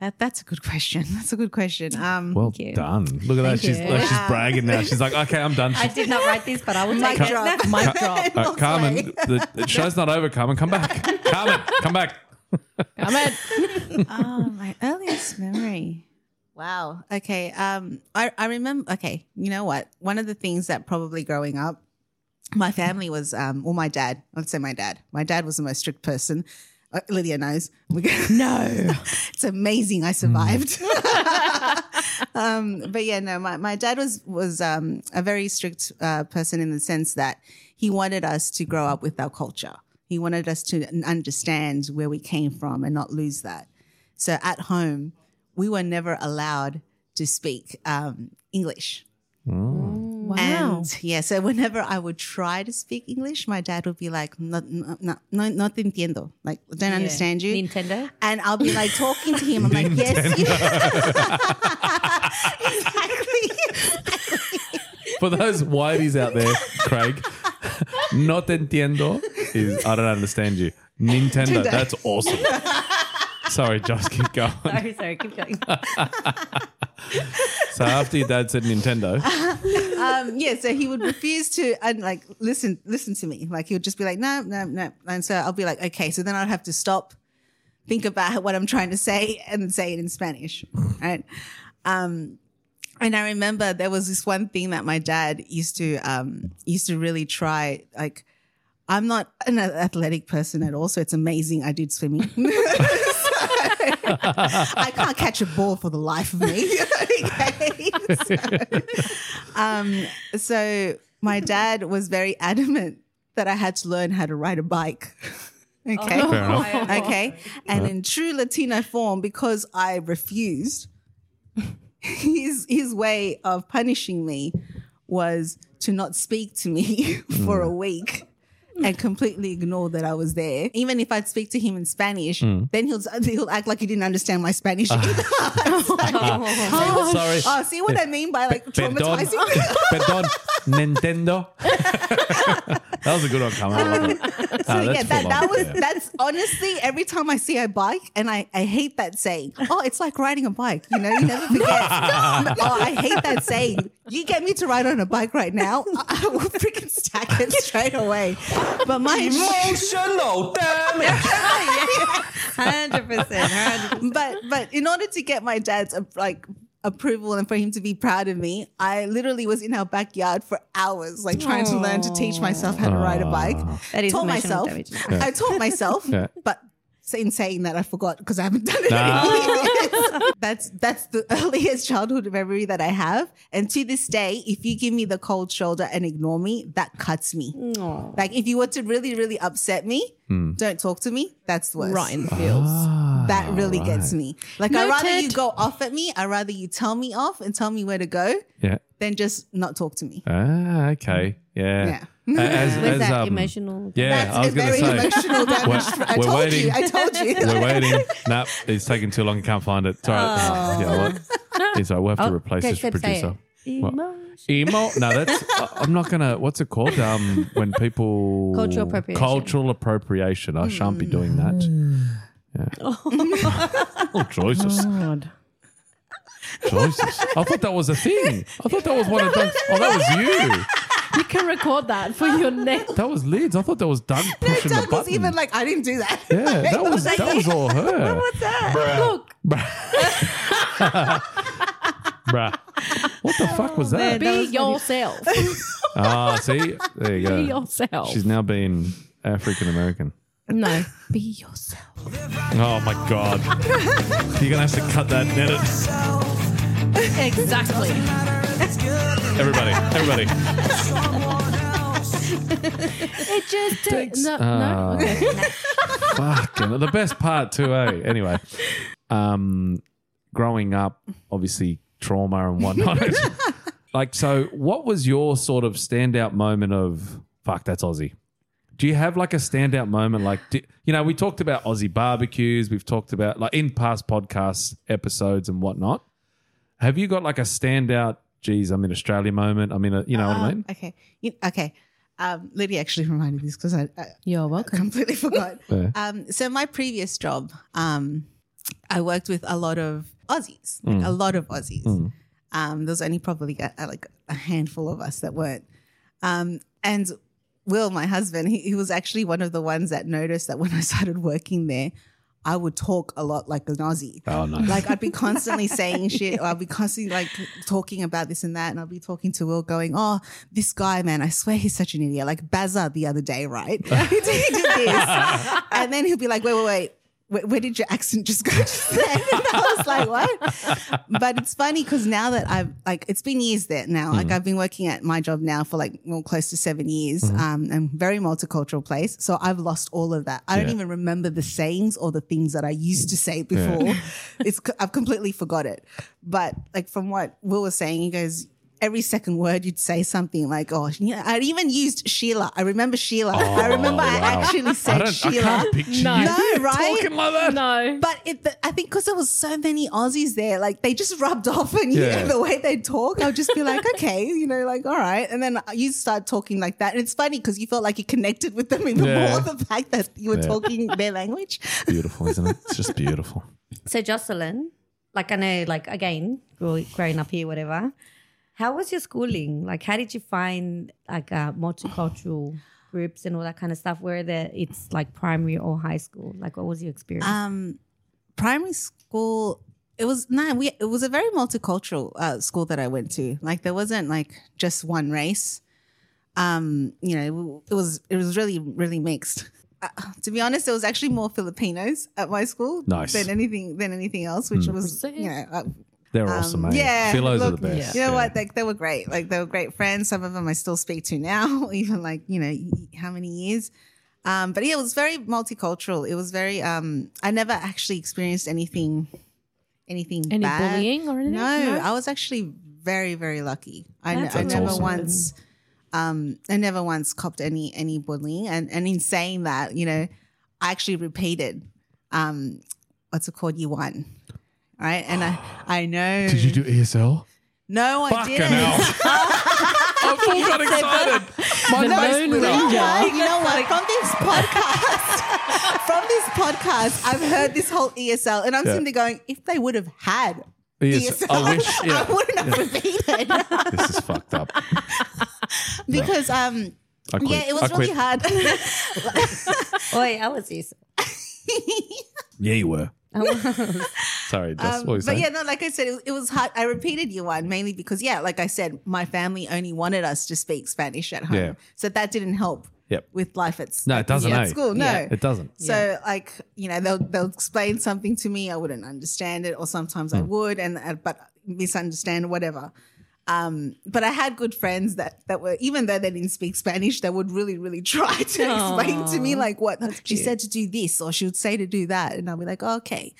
That, that's a good question. That's a good question. Um,
Well
you.
done. Look at that. She's
you.
like, she's bragging now. She's like, okay, I'm done.
I
She's,
did not write this, but I will
Mic
take it.
drop.
Ca- uh, Carmen, the, the show's not over. Carmen, come back. Carmen, come back.
I'm at
oh, my earliest memory. Wow. Okay. Um, I, I remember, okay, you know what? One of the things that probably growing up, my family was, um, well, my dad, let's say my dad. My dad was the most strict person. Uh, Lydia knows. no. it's amazing I survived. um, but yeah, no, my, my dad was, was um, a very strict uh, person in the sense that he wanted us to grow up with our culture. He wanted us to n- understand where we came from and not lose that. So at home, we were never allowed to speak um, English.
wow.
And yeah, so whenever I would try to speak English, my dad would be like, no, no, no, no, no te entiendo. Like, I don't understand you.
Nintendo.
And I'll be like talking to him. I'm like, yes. you-" exactly.
For those whiteys out there, Craig, not entiendo is I don't understand you. Nintendo, that's awesome. Sorry, Josh, keep going.
Sorry, sorry, keep going.
So after your dad said Nintendo,
um, yeah, so he would refuse to and like listen, listen to me. Like he would just be like, no, no, no. And so I'll be like, okay. So then I'd have to stop, think about what I'm trying to say, and say it in Spanish, right? Um, and I remember there was this one thing that my dad used to um, used to really try. Like, I'm not an athletic person at all, so it's amazing I did swimming. I can't catch a ball for the life of me. okay? um, so my dad was very adamant that I had to learn how to ride a bike. Okay.
fair enough.
Okay.
Uh-huh.
And in true Latino form, because I refused, his his way of punishing me was to not speak to me for
Mm.
a week and completely ignore that I was there. Even if I'd speak to him in Spanish,
Mm.
then he'll he'll act like he didn't understand my Spanish.
Oh,
sorry.
oh, see what I mean by like
Perdón.
traumatizing me?
Perdón. Nintendo. that was a good one, Carmen. I love it.
So
Ah,
Oh, yeah,
that's
that,
full
that
on.
was
Yeah.
that's honestly every time I see a bike, and I, I hate that saying. Oh, it's like riding a bike, you know. You never forget. No, oh, I hate that saying. You get me to ride on a bike right now, I, I will freaking stack it straight away. But my
Emotional damage.
Hundred percent.
but but in order to get my dad's uh, like approval and for him to be proud of me, I literally was in our backyard for hours, like trying to learn to teach myself how to ride a bike.
That is
taught
emotional
myself.
damage.
I taught myself,
Yeah.
but s- in saying that, I forgot because I haven't done it.
Nah.
in years. that's that's the earliest childhood memory that I have, and to this day, if you give me the cold shoulder and ignore me, that cuts me.
Hmm.
Like if you were to really, really upset me, don't talk to me. That's the worst.
Ah. Right in the fields.
that really
Ah, right.
gets me. Like I'd rather you
Noted.
go off at me. I'd rather you tell me off and tell me where to go
Yeah.
than just not talk to me.
Ah, okay. Yeah.
Yeah.
A- As,
Where's
as,
that
um,
emotional?
Yeah,
That's
I was
a
going to
very
say.
emotional damage.
We're-
I
we're
told
waiting.
you. I told you.
We're waiting. Nah, it's taking too long. I can't find it. Sorry.
Oh.
Yeah, well, it's all right. We'll
Oh,
have to replace this producer. What? Emo? No, that's. I- I'm not gonna. What's it called? Um, when people
Cultural appropriation.
Cultural appropriation. I shan't be doing that. Yeah. oh, choices,
God.
choices. I thought that was a thing. I thought that was one of those. Oh, that was you.
You can record that for your next.
That was Lids. I thought that was Doug pushing the
Doug was
button.
even like, I didn't do that.
yeah, that was
like-
that was all her.
Look,
Bruh. What the fuck was that?
That
be
was funny.
yourself.
Ah, see, there you
Be
go.
yourself.
She's now being African American.
no, be yourself.
Oh my god, you're gonna have to cut that and edit.
Exactly.
Everybody, everybody.
It just
Thanks.
No,
Ah.
no. Okay.
Fucking the best part too, eh? Anyway, um, growing up, obviously trauma and whatnot. like, so what was your sort of standout moment of fuck? That's Aussie. Do you have like a standout moment? Like, do, you know, we talked about Aussie barbecues. We've talked about like in past podcast episodes and whatnot. Have you got like a standout? Geez, I'm in Australia moment. I'm in a, you know
Uh,
what I mean?
"Oh, Okay. You- okay. Um, Lydia actually reminded me because I, I
You're welcome.
completely forgot.
Yeah.
Um, so my previous job, um, I worked with a lot of Aussies, like a lot of Aussies. Um, there was only probably a, a- like a handful of us that weren't. Um, and Will, my husband, he, he was actually one of the ones that noticed that when I started working there, I would talk a lot like an Aussie.
Oh, nice.
Like I'd be constantly saying shit, or I'd be constantly like talking about this and that, and I'd be talking to Will, going, "Oh, this guy, man, I swear he's such an idiot." Like Baza the other day, right? he did he did this, and then he'll be like, "Wait, wait, wait." Where, where did your accent just go just then? And I was like, what? But it's funny because now that I've like, it's been years there now.
Mm.
Like I've been working at my job now for like well, close to seven years.
Mm-hmm.
Um, and very multicultural place. So I've lost all of that. I don't
Yeah.
even remember the sayings or the things that I used to say before. it's I've completely forgot it. But like from what Will was saying, he goes. Every second word you'd say something like, "Oh, yeah." I even used Sheila. I remember Sheila. I remember I
Oh, wow.
actually
I,
said
don't, I
Sheila.
can't picture
No.
you
No, right?
talking like that.
No.
But it, the, I think because there was so many Aussies there, like they just rubbed off, and you
Yeah.
know, the way they talk, I'll just be like, okay, you know, like all right, and then you start talking like that, and it's funny because you felt like you connected with them in the
Yeah.
more the fact that you were
Yeah.
talking their language.
Beautiful, isn't it? It's just beautiful.
So Jocelyn, like I know, like again, grow- growing up here, whatever. How was your schooling? Like, how did you find like uh, multicultural groups and all that kind of stuff? Whether it's like primary or high school, like what was your experience?
Um, primary school, it was no, we it was a very multicultural uh, school that I went to. Like there wasn't like just one race. Um, you know, it was it was really really mixed. Uh, to be honest, there was actually more Filipinos at my school
Nice.
than anything than anything else, which was you know uh,
They're awesome, mate.
yeah,
Philos are the
look,
best.
You know
yeah.
what? Like they were great. Like they were great friends. Some of them I still speak to now, even like you know y- how many years. Um, but yeah, it was very multicultural. It was very. Um, I never actually experienced anything, anything
Any
bad.
bullying or anything?
No, I was actually very, very lucky. I, ne-
That's
I never
awesome.
once, um, I never once copped any any bullying. And and in saying that, you know, I actually repeated, um, what's it called? You won, right? And I I know.
Did you do E ESL?
No, I
Fucking
didn't.
hell. I full got excited. My
The
face
Lone
lit up.
You know
Ranger.
what? You know what? From this podcast, from this podcast, I've heard this whole ESL, and I'm
Yeah.
sitting there going, if they would have had
Yes,
ESL,
I wish.
E I
Yeah.
wouldn't have repeated.
this is fucked up.
because um
I quit.
yeah it
I
was
quit.
really hard
Oi, I was this.
Yeah, you were. Sorry, that's
Um,
what you
but yeah no like i said it, it was hard i repeated you one mainly because yeah like i said my family only wanted us to speak spanish at home
Yeah.
so that didn't help
Yep.
with life at, s-
No, it doesn't,
at
eh?
school no
It doesn't.
so like you know they'll they'll explain
Hmm.
something to me I wouldn't understand it or sometimes I would and uh, but misunderstand whatever Um, but I had good friends that that were even though they didn't speak Spanish, they would really, really try to explain to me like what she said to do this or she would say to do that, and I'll be like, oh, okay.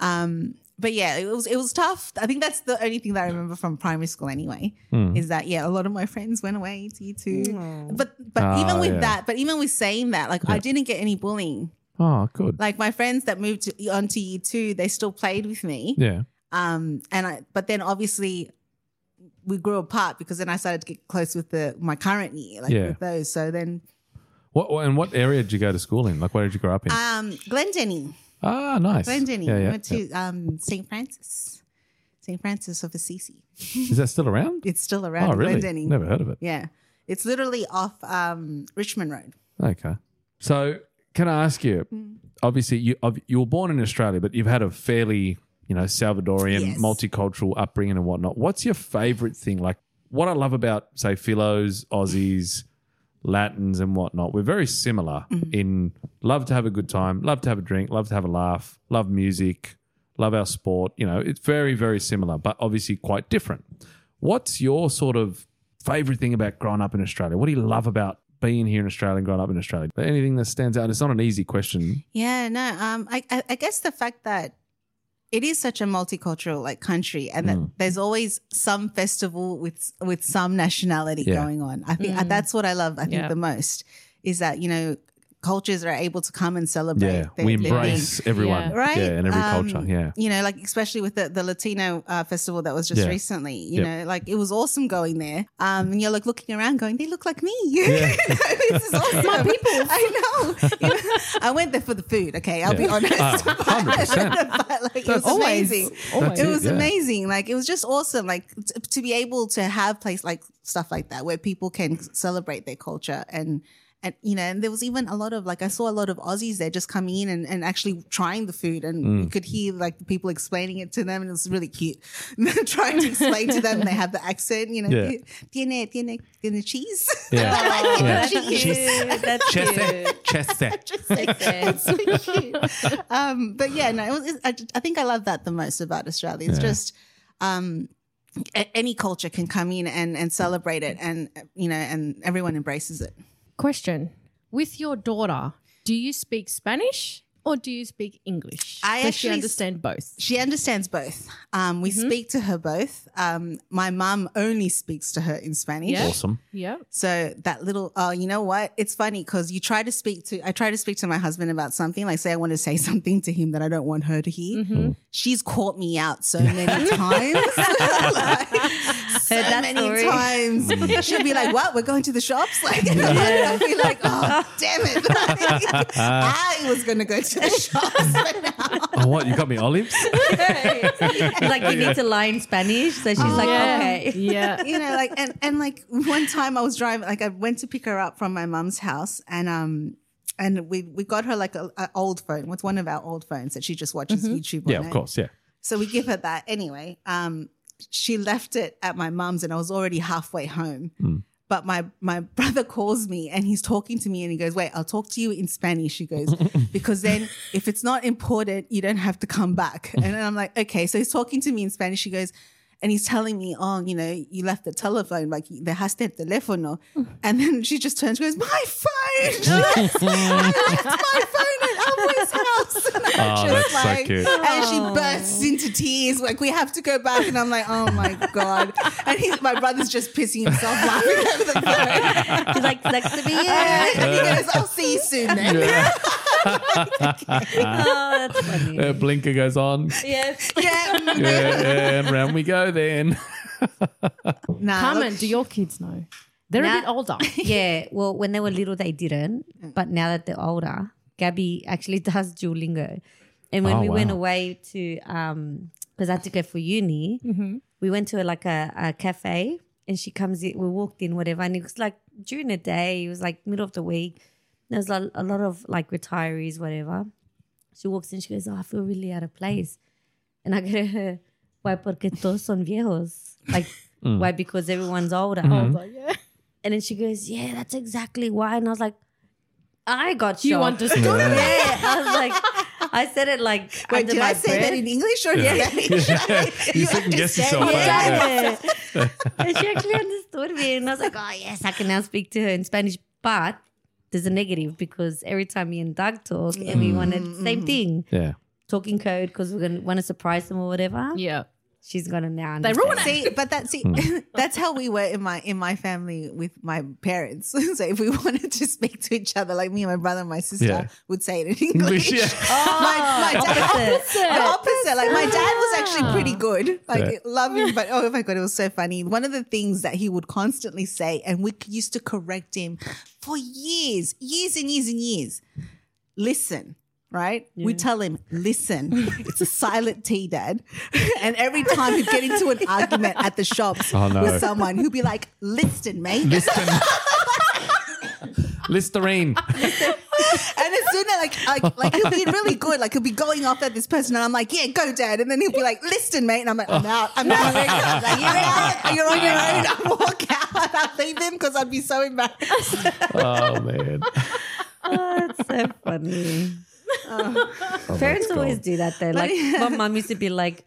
Um, but yeah, it was it was tough. I think that's the only thing that I remember from primary school anyway.
Hmm.
Is that yeah, a lot of my friends went away to you too. But but even
Ah,
with
yeah.
that, but even with saying that, like I didn't get any bullying.
Oh, good.
Like my friends that moved to, onto year two, they still played with me.
yeah.
Um, and I, but then obviously we grew apart because then I started to get close with the my current year, like
Yeah.
with those. So then,
What what- and what area did you go to school in? Like, where did you grow up in?
um, Glendenny,
ah, nice.
Glendenny,
Yeah, yeah,
went to um St Francis, St Francis of Assisi.
yeah. Is that still around?
It's still around
Oh, really?
Glendenny.
Never heard of it.
Yeah, it's literally off um Richmond Road.
Okay. So, can I ask you? Obviously, you ob- you were born in Australia, but you've had a fairly you know Salvadorian,
Yes.
multicultural upbringing and whatnot. What's your favorite thing? Like, what I love about say Philos, Aussies, Latins, and whatnot. We're very similar
Mm-hmm.
in love to have a good time, love to have a drink, love to have a laugh, love music, love our sport. You know, it's very very similar, but obviously quite different. What's your sort of favorite thing about growing up in Australia? What do you love about being here in Australia and growing up in Australia? Anything that stands out? It's not an easy question.
Yeah, no. Um, I, I I guess the fact that it is such a multicultural like country, and
Mm.
that there's always some festival with with some nationality
Yeah.
going on. I think that's what I love. I think
Yeah.
the most is that you know cultures are able to come and celebrate.
Yeah,
their-
we
their thing,
embrace everyone.
Yeah.
Right,
Yeah, and every
Um,
culture. Yeah.
you know, like especially with the, the Latino uh, festival that was just
Yeah.
recently. You
Yep.
know, like it was awesome going there. Um, and you're like looking around, going, "They look like me. You know, this is awesome. My people. I know. You know, I went there for the food. Okay, I'll be
Yeah.
honest.
Ah, 100%.
but like, it was
That's-
Always.
amazing.
Always.
It was
yeah.
amazing. Like it was just awesome. Like t- to be able to have place like stuff like that where people can celebrate their culture and and you know and there was even a lot of like I saw a lot of Aussies there just coming in and, and actually trying the food and
Mm.
you could hear like the people explaining it to them and it was really cute trying to explain to them and they have the accent you know
Yeah.
tiene tiene tiene cheese
Yeah.
Like, you know,
Yeah.
cheese.
Cheese. That's
Chester. Chester.
Just like that. It's so cute. Um, but yeah, no, it was, it, I, ju- I think I love that the most about Australia. It's
Yeah.
just um, a- any culture can come in and, and celebrate it, and uh, you know, and everyone embraces it.
Question: With your daughter, do you speak Spanish or do you speak English?
I
Does she
actually s-
understand both?
She understands both. Um, we speak to her both. Um, my mum only speaks to her in Spanish.
Yeah.
Awesome.
Yeah.
So that little, oh, you know what? It's funny because you try to speak to, I try to speak to my husband about something. Like, say I want to say something to him that I don't want her to hear.
Mm-hmm.
She's caught me out so many times. Like, so
that
many
story.
times. She'll be like, what? We're going to the shops? Like, and I'll be like, oh, damn it. Like, I was going to go to the shops, but now.
Oh, what? You got me olives?
like you need to lie in Spanish. So she's like,
yeah.
okay.
Yeah.
you know, like and and like one time I was driving, like I went to pick her up from my mum's house, and um, and we we got her like a, a old phone with one of our old phones that she just watches YouTube.
yeah,
on
of
it.
course. Yeah.
So we give her that anyway. Um, she left it at my mum's, and I was already halfway home. But my my brother calls me and he's talking to me and he goes, "Wait, I'll talk to you in Spanish." He goes, "Because then if it's not important, you don't have to come back." And then I'm like, "Okay." So he's talking to me in Spanish. He goes. And he's telling me, oh, you know, you left the telephone, like, dejaste el teléfono. And then she just turns and goes, my phone! She goes, I left my phone at Elway's house. And I'm
Oh, that's
just
so
like,
cute.
and she
Oh.
bursts into tears. Like, we have to go back. And I'm like, oh my God. And he, my brother's just pissing himself laughing over the phone.
She's like, like to be yeah.
And he goes, I'll see you soon then.
Oh, that's funny.
Uh, blinker goes on.
Yes.
Yeah. mm,
Yeah, yeah, and round we go then.
Nah,
Carmen, do your kids know? They're
Nah.
a bit older.
Yeah. Well, when they
Mm.
were little, they didn't. But now that they're older, Gabby actually does Duolingo. And when
Oh,
we went
wow.
away to, um, because I had to go for uni,
Mm-hmm.
we went to like a, a cafe and she comes in, we walked in, whatever. And it was like during the day, it was like middle of the week. There's a, a lot of like retirees, whatever. She walks in, she goes, Oh, I feel really out of place. And I go to her, Why, porque todos son viejos? Like,
Mm.
why? Because everyone's older.
Mm-hmm.
Older, yeah.
And then she goes, Yeah, that's exactly why. And I was like, I got
You
shocked.
understood.
Yeah. I was like, I said it like,
Wait,
under
did
my
I say
breath.
that in English or in Spanish?
You second guess
understand?
yourself, eh?
Yeah. And she actually understood me. And I was like, oh, yes, I can now speak to her in Spanish. But there's a negative because every time me and Doug talk, everyone
Mm-hmm,
had the same thing
Yeah.
talking code because we're going to want to surprise them or whatever.
Yeah.
She's going to now.
They ruin it.
See, but that's see,
Hmm.
that's how we were in my in my family with my parents. so if we wanted to speak to each other, like me and my brother and my sister
Yeah.
would say it in
English,
English.
yeah.
my,
Oh.
my dad,
Opposite.
the opposite. Like my dad was actually pretty good. Like
Yeah.
love him, but oh my god, it was so funny. One of the things that he would constantly say, and we used to correct him for years, years and years and years. Listen. Right? We tell him, listen, it's a silent T, Dad. And every time he'd get into an argument at the shops
Oh, no.
with someone, he'd be like, listen, mate.
Listerine. Listerine.
And as soon as like like, like he'll be really good, like he'll be going off at this person, and I'm like, yeah, go, dad. And then he'll be like, listen, mate. And I'm like, I'm out. I'm out. I'm like, you're out. You're on your own. I walk out. I leave them because I'd be so embarrassed.
Oh man.
Oh, it's so funny. Parents always do that though. Like my mum used to be like,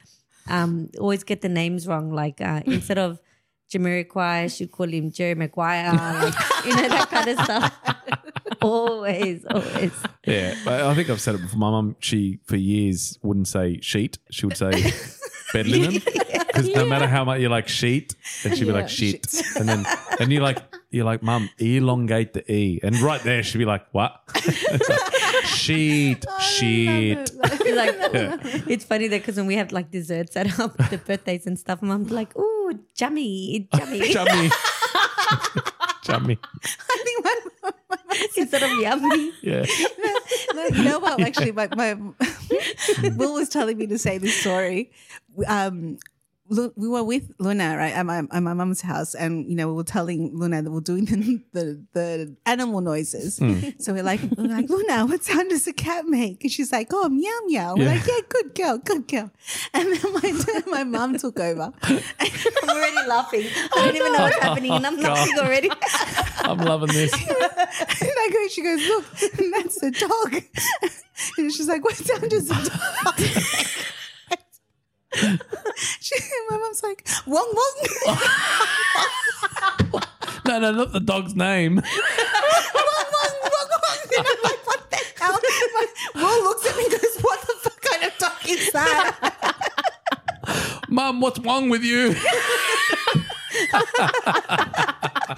um, always get the names wrong. Like uh, instead of Jamiroquai, she'd call him Jerry Maguire. Like, you know that kind of stuff. always, always.
Yeah. But I think I've said it before. My mum, she for years wouldn't say sheet. She would say bed linen. Because no matter how much you like sheet, and she'd be like shit. And then and you're like you're like, Mum, elongate the E. And right there she'd be like, What? sheet, sheet.
It's like it's funny that because when we have like desserts at our the birthdays and stuff, mum's like, "Ooh, jammy, jammy,"
Chummy. Chummy.
I think my,
instead of yummy.
Yeah.
no, you know what? Actually, my, my Will was telling me to say this story. Um, Lu- we were with Luna, right, at my at my mum's house, and you know we were telling Luna that we're doing the the, the animal noises. So we're like, we're like, Luna, what sound does a cat make? And she's like, oh, meow meow. We're
Yeah.
like, yeah, good girl, good girl. And then my my mum took over.
I'm already laughing. I don't even know what's happening, and I'm laughing already.
I'm loving this.
And I go, she goes, look, and that's the dog. And she's like, what sound does a dog make? she, my mom's like, wong wong.
No, no, not the dog's name.
and I'm like, what the hell? My, Will looks at me and goes, what the fuck kind of dog is that?
Mum, what's wrong with you?
Oh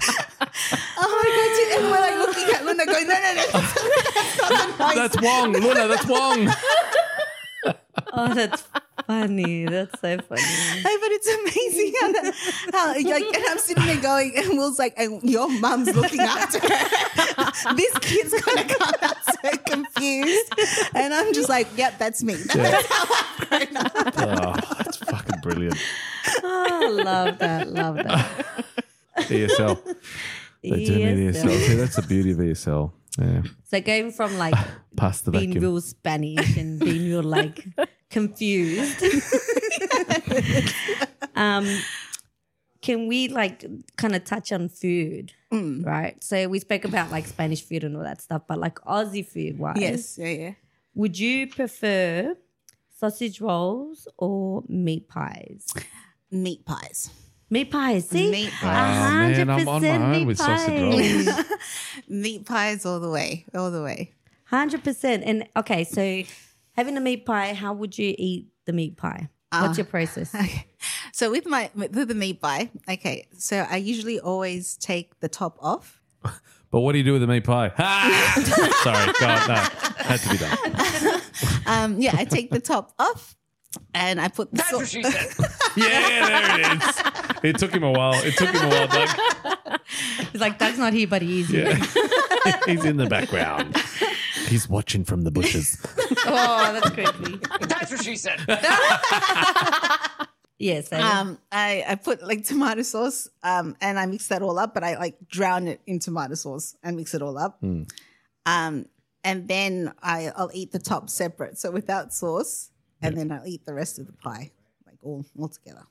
my God. dude. And we're like looking at Luna going, no, no, no. That's not the noise.
That's Wong. Luna, that's Wong.
Oh, that's funny. That's so funny.
No, but it's amazing how, that, how like, and I'm sitting there going, and Will's like, and your mum's looking after her. this kid's gonna come out so confused, and I'm just like, yep, that's me.
Oh, that's fucking brilliant.
Oh, love that. Love that.
ESL. They do need
Yes,
ESL. E See, that's the beauty of ESL. Yeah.
So going from like
Pass the
being
vacuum.
real Spanish and being real like confused. um, can we like kind of touch on food,
Mm.
right? So we spoke about like Spanish food and all that stuff, but like Aussie food wise,
Yes, yeah, yeah.
would you prefer sausage rolls or meat pies?
Meat pies.
Meat pies, see?
Meat
Oh,
pies.
man, I'm on my
100%
own
meat
with sausage
pies.
rolls.
Meat pies all the way, all the way.
Hundred percent. And okay, so having a meat pie, how would you eat the meat pie? What's your process?
So with my with the meat pie, okay. So I usually always take the top off.
But what do you do with the meat pie? Ah! Sorry, God, no. Had to be done.
Um, yeah, I take the top off, and I put the
That's
sau-
what she said.
Yeah, there it is. It took him a while. It took him a while, Doug.
It's like Doug's not here, but he is.
Yeah. He's in the background. He's watching from the bushes.
Oh, that's crazy.
That's what she said.
Yes. Yeah, so
Um, I, I put like tomato sauce, um, and I mix that all up, but I like drown it in tomato sauce and mix it all up. Um, and then I, I'll eat the top separate, so without sauce, and then I'll eat the rest of the pie, like all all together.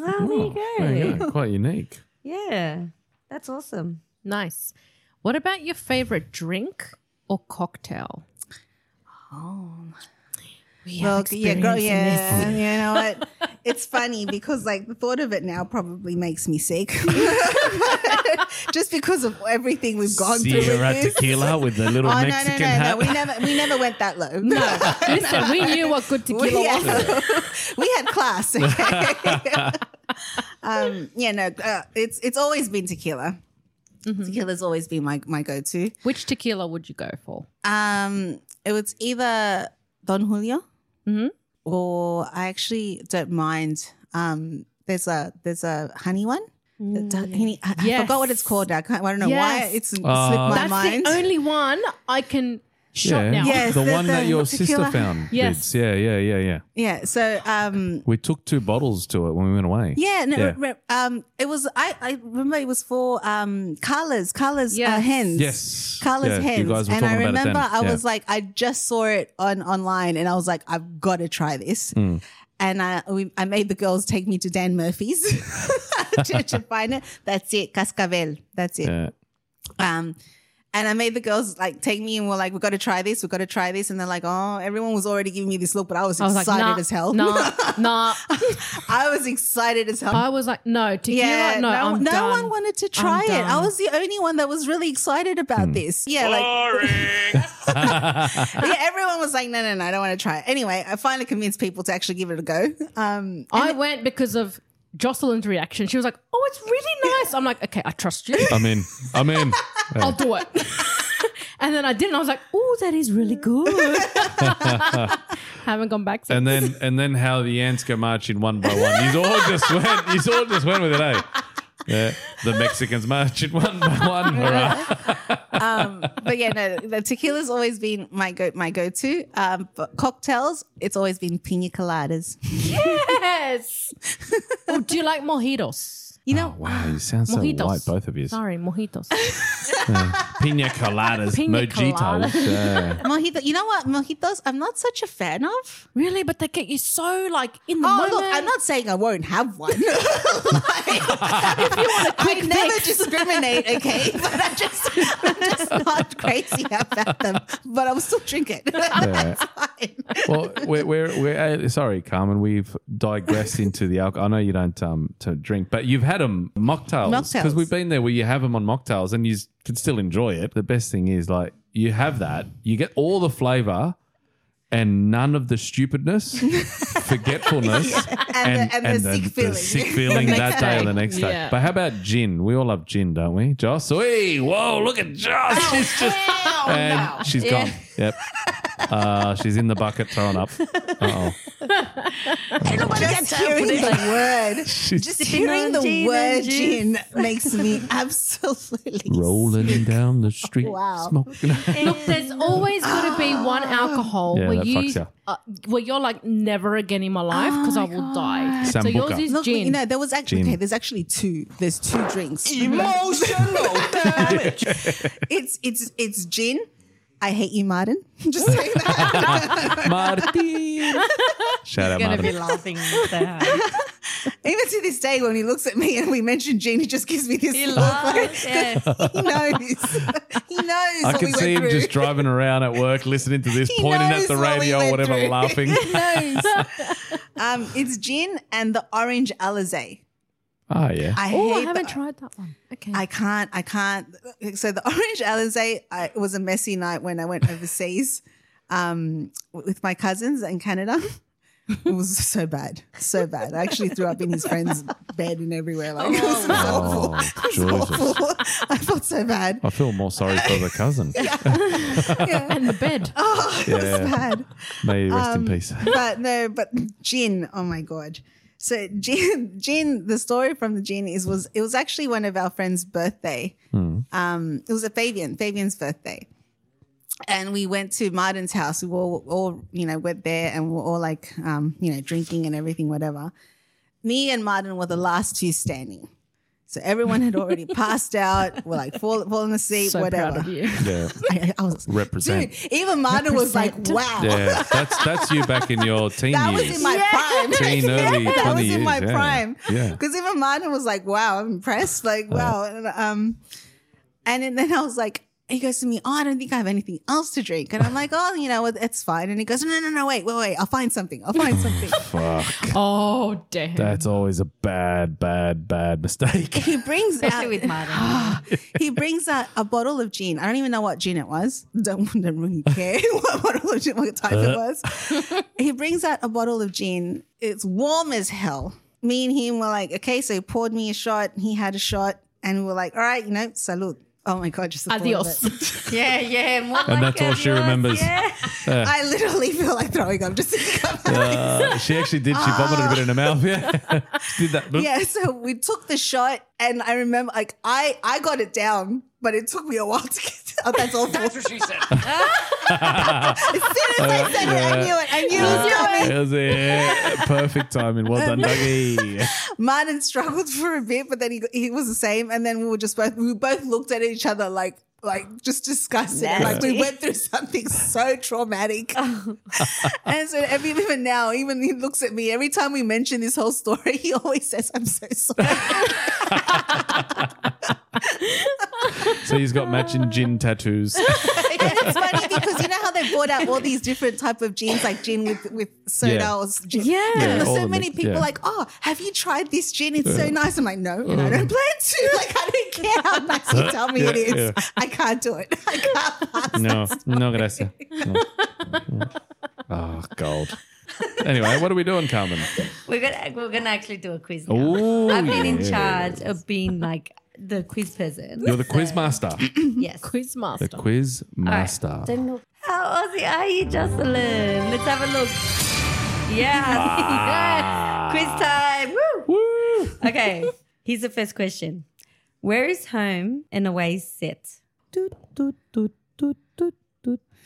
oh, there you go.
Quite unique.
Yeah, that's awesome.
Nice. What about your favorite drink or cocktail?
well, yeah,
experience
girl,
in
yeah, you know what? It's funny because like the thought of it now probably makes me sick, just because of everything we've gone through. with
Sierra
this.
tequila with the little
Oh no, no,
Mexican
no,
hat.
no! We never, we never went that low. No,
Listen, we knew what good tequila
we,
was.
yeah. we had class. okay? um, yeah, no, uh, it's it's always been tequila.
Mm-hmm.
Tequila's always been my my go to.
Which tequila would you go for?
Um, it was either Don Julio,
Mm-hmm.
or I actually don't mind. Um, there's a there's a honey one. The da- honey- I, I
Mm. Yes.
forgot what it's called. I, can't, I don't know
Yes.
why it's slipped
Uh,
my
That's
mind.
the only one I can shop
Yeah.
now.
Yes,
the
the-
one that
the
your sister
tequila.
found.
Yes.
Bids. Yeah, yeah, yeah, yeah.
yeah. So um,
We took two bottles to it when we went away.
Yeah, no,
Yeah.
re- um, it was. I, I remember it was for um, Carla's Carla's uh,
Yes.
hens.
Yes.
Carla's
Yeah, you
hens.
guys were
and I
talking about it then.
remember I
Yeah.
was like, I just saw it on online, and I was like, I've got to try this.
Hmm.
And I we, I made the girls take me to Dan Murphy's to, to find it. That's it, Cascavel. That's it.
Yeah.
Um, and I made the girls like take me and we're like, we've got to try this, we've got to try this. And they're like, oh, everyone was already giving me this look, but I was,
I was like,
excited
nah,
as hell.
nah, nah.
I was excited as hell.
I was like, no, tequila, no,
no,
I'm
no
done.
one wanted to try it. I
done.
was the only one that was really excited about this. Yeah, like yeah, everyone was like, no, no, no, I don't want to try it. Anyway, I finally convinced people to actually give it a go. Um,
I went because of Jocelyn's reaction. She was like, oh, it's really nice. I'm like, okay, I trust you.
I'm in. I'm in.
I'll do it. and then I did, and I was like, oh, that is really good. Haven't gone back since.
And then and then how the ants go marching one by one. He's all just went. He's all just went with it, eh? Yeah. The Mexicans marching one by one. Hurrah.
um, but yeah, no, the tequila's always been my go my go to. Um, but cocktails, it's always been pina coladas.
yes. oh, do you like mojitos?
You know,
Oh, Wow, you sound so
Mojitos.
white, both of you.
Sorry, mojitos.
Pina coladas,
Piña
mojitos. Yeah.
mojito. You know what mojitos? I'm not such a fan of.
really? But they get you so like in the
Oh,
moment.
look, I'm not saying I won't have one. Like, I never discriminate, okay? But I just, I'm just not crazy about them. But I'm still drinking. That's fine.
well, we're, we're, we're uh, sorry, Carmen. We've digressed into the alcohol. I know you don't um to drink, but you've had them mocktails
Mocktails.
because we've been there where you have them on mocktails and you s- can still enjoy it. The best thing is like you have that, you get all the flavor and none of the stupidness, forgetfulness,
And the- and the sick feeling.
sick feeling
The
that
next
day or
day.
the next day.
Yeah.
But how about gin? We all love gin, don't we, Joss? Hey, whoa, look at Joss. She's just and she's gone. Yep. Uh, she's in the bucket thrown up. Uh-oh.
Just hearing the word, just hearing the
on gin
word
and juice.
gin makes me absolutely
Rolling down the street.
Wow.
Smoke.
Look, there's always got to be one alcohol
Yeah,
where
that
you,
fucks ya.
uh, where you're like never again in my life because I will die. So
Sambuca.
yours is
Oh Look,
gin.
you know, there was actually
Gin.
okay. There's actually two. There's two drinks.
Emotional damage.
It's it's it's gin. I hate you, Martin. Just saying that.
Martin. Shout out,
Gonna be
Martin.
laughing at that.
Even to this day, when he looks at me and we mention Gene, he just gives me this
He
look.
laughs, yeah.
like, he knows. he knows.
I
what
can
we
see
went
him
through.
just driving around at work, listening to this,
He
pointing at
knows
the
what we
radio or
went
whatever,
through.
laughing.
He knows. um, it's gin and the orange alizé.
Oh yeah.
I
oh, I
hate.
haven't
the,
tried that one. Okay.
I can't. I can't. So the orange alizé I, it was a messy night when I went overseas um, w- with my cousins in Canada. It was so bad, so bad. I actually threw up in his friend's bed and everywhere. Like it was awful.
Oh, Jesus.
I felt so bad.
I feel more sorry for the cousin. Yeah,
and the bed.
Oh, Bad.
may you rest
Um,
in peace.
But no, but gin. Oh my god. So gin, gin. The story from the gin is was it was actually one of our friend's birthday.
Hmm.
Um, it was a Fabian Fabian's birthday, and we went to Martin's house. We were all, all you know went there and we are all like um, you know drinking and everything whatever. Me and Martin were the last two standing. So everyone had already passed out. We're like fall, falling asleep,
so
whatever.
proud of you.
Yeah,
I, I was
represent.
dude. Even Martin was like, "Wow,
Yeah, that's that's you back in your teen
that
years.
was in my prime.
Teen, early
that
20
was in my
years, yeah.
prime.
Yeah. Uh-huh.
Because even Martin was like, wow, I'm impressed. Like, wow. And, um, and then- then I was like, he goes to me, Oh, I don't think I have anything else to drink. And I'm like, Oh, you know, it's fine. And he goes, No, no, no, no, wait, wait, wait. I'll find something. I'll find something.
Fuck.
Oh, damn.
That's always a bad, bad, bad mistake.
he brings
Especially
out
with Martin.
he brings out a bottle of gin. I don't even know what gin it was. Don't, don't really care what bottle of gin, what type it was. he brings out a bottle of gin. It's warm as hell. Me and him were like, okay, so he poured me a shot. He had a shot, and we were like, all right, you know, salute. Oh my god, just the thought of it.
Adios.
yeah, yeah. more
And
like
that's all she
yours,
remembers.
Yeah.
I literally feel like throwing up just thinking about it.
Uh, she actually did. She vomited a bit in her mouth. Yeah, she did that.
Yeah, so we took the shot, and I remember, like, I I got it down, but it took me a while to get. Oh, that's all. as soon as I said it, I knew it. I knew it was coming.
It was a perfect timing. Well done, Dougie.
Martin struggled for a bit, but then he he was the same. And then we were just both we both looked at each other like like just disgusted. Like we went through something so traumatic. and so every, even now, even he looks at me every time we mention this whole story. He always says, "I'm so sorry."
So he's got matching gin tattoos.
it's funny because you know how they brought out all these different type of gins, like gin with with soda
Yeah.
or s- gin.
Yeah.
And
Yeah, all
so
of
many
it,
people
yeah.
like, oh, have you tried this gin? It's so nice. I'm like, no, and I don't plan to. Like, I don't care how nice you tell me it
Uh. Yeah,
is.
yeah.
I can't do it. I can't pass.
No, no, gracias. No. Oh, gold. Anyway, what are we doing, Carmen?
We're gonna we're gonna actually do a quiz. Now.
Ooh,
I've been in
Oh, yeah.
charge of being like the quiz person.
You're the quiz master.
yes.
The
Quizmaster.
quiz
All right.
master.
Don't look. How Aussie are you, Jocelyn? Let's have a look. Yeah. Quiz time. Woo.
Woo!
Okay. Here's the first question. Where is home and away set?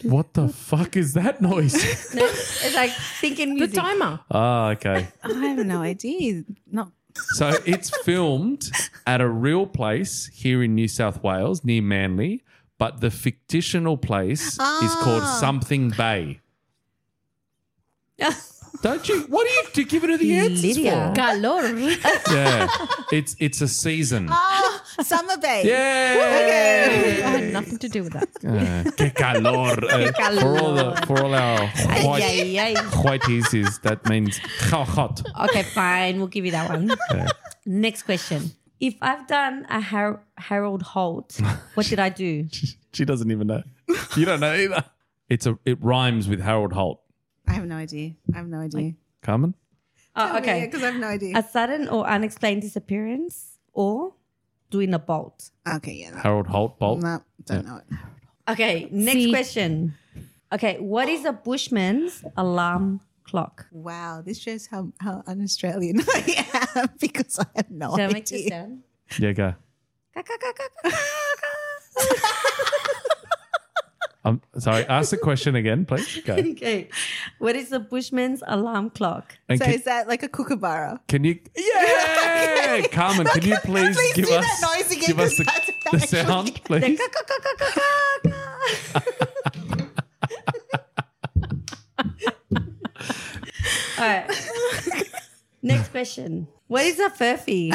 What the fuck is that noise?
No, it's like thinking
The
music.
timer.
Ah, okay.
I have no idea. Not
So it's filmed at a real place here in New South Wales near Manly, but the fictional place is called
Ah.
Something Bay. Don't you? What are you, do you giving her the answers
Lydia.
Galore.
for? Yeah, it's it's a season.
Ah.
oh, summer bay.
Yeah.
I had nothing to do with that.
Uh, que calor. Uh, for all the for all our white
Yay, yay.
whiteies, is that means how hot.
Okay, fine. We'll give you that one. Next question. If I've done a Har- Harold Holt, what did I do?
She doesn't even know. You don't know either. It's a it rhymes with Harold Holt.
I have no idea. I have no idea.
Carmen.
Oh, okay.
because I have no idea.
A sudden or unexplained disappearance or doing a bolt.
okay, yeah. No,
Harold Holt Bolt.
no, don't know it.
Okay, next
See.
question. Okay, what is a bushman's alarm clock?
Wow, this shows how, how un-Australian I am because I have no
Shall I make this
idea.
sound?
Yeah, go. I'm Um, sorry. Ask the question again, please. Go.
Okay. What is a bushman's alarm clock?
And
So
can,
is that like a kookaburra?
can you? Yeah, Carmen. Can you please,
Please
give
do
us
that noise again
give us
'cause
the,
that's- that
the
actually-
sound, please?
All right. Next question. What is a furfy?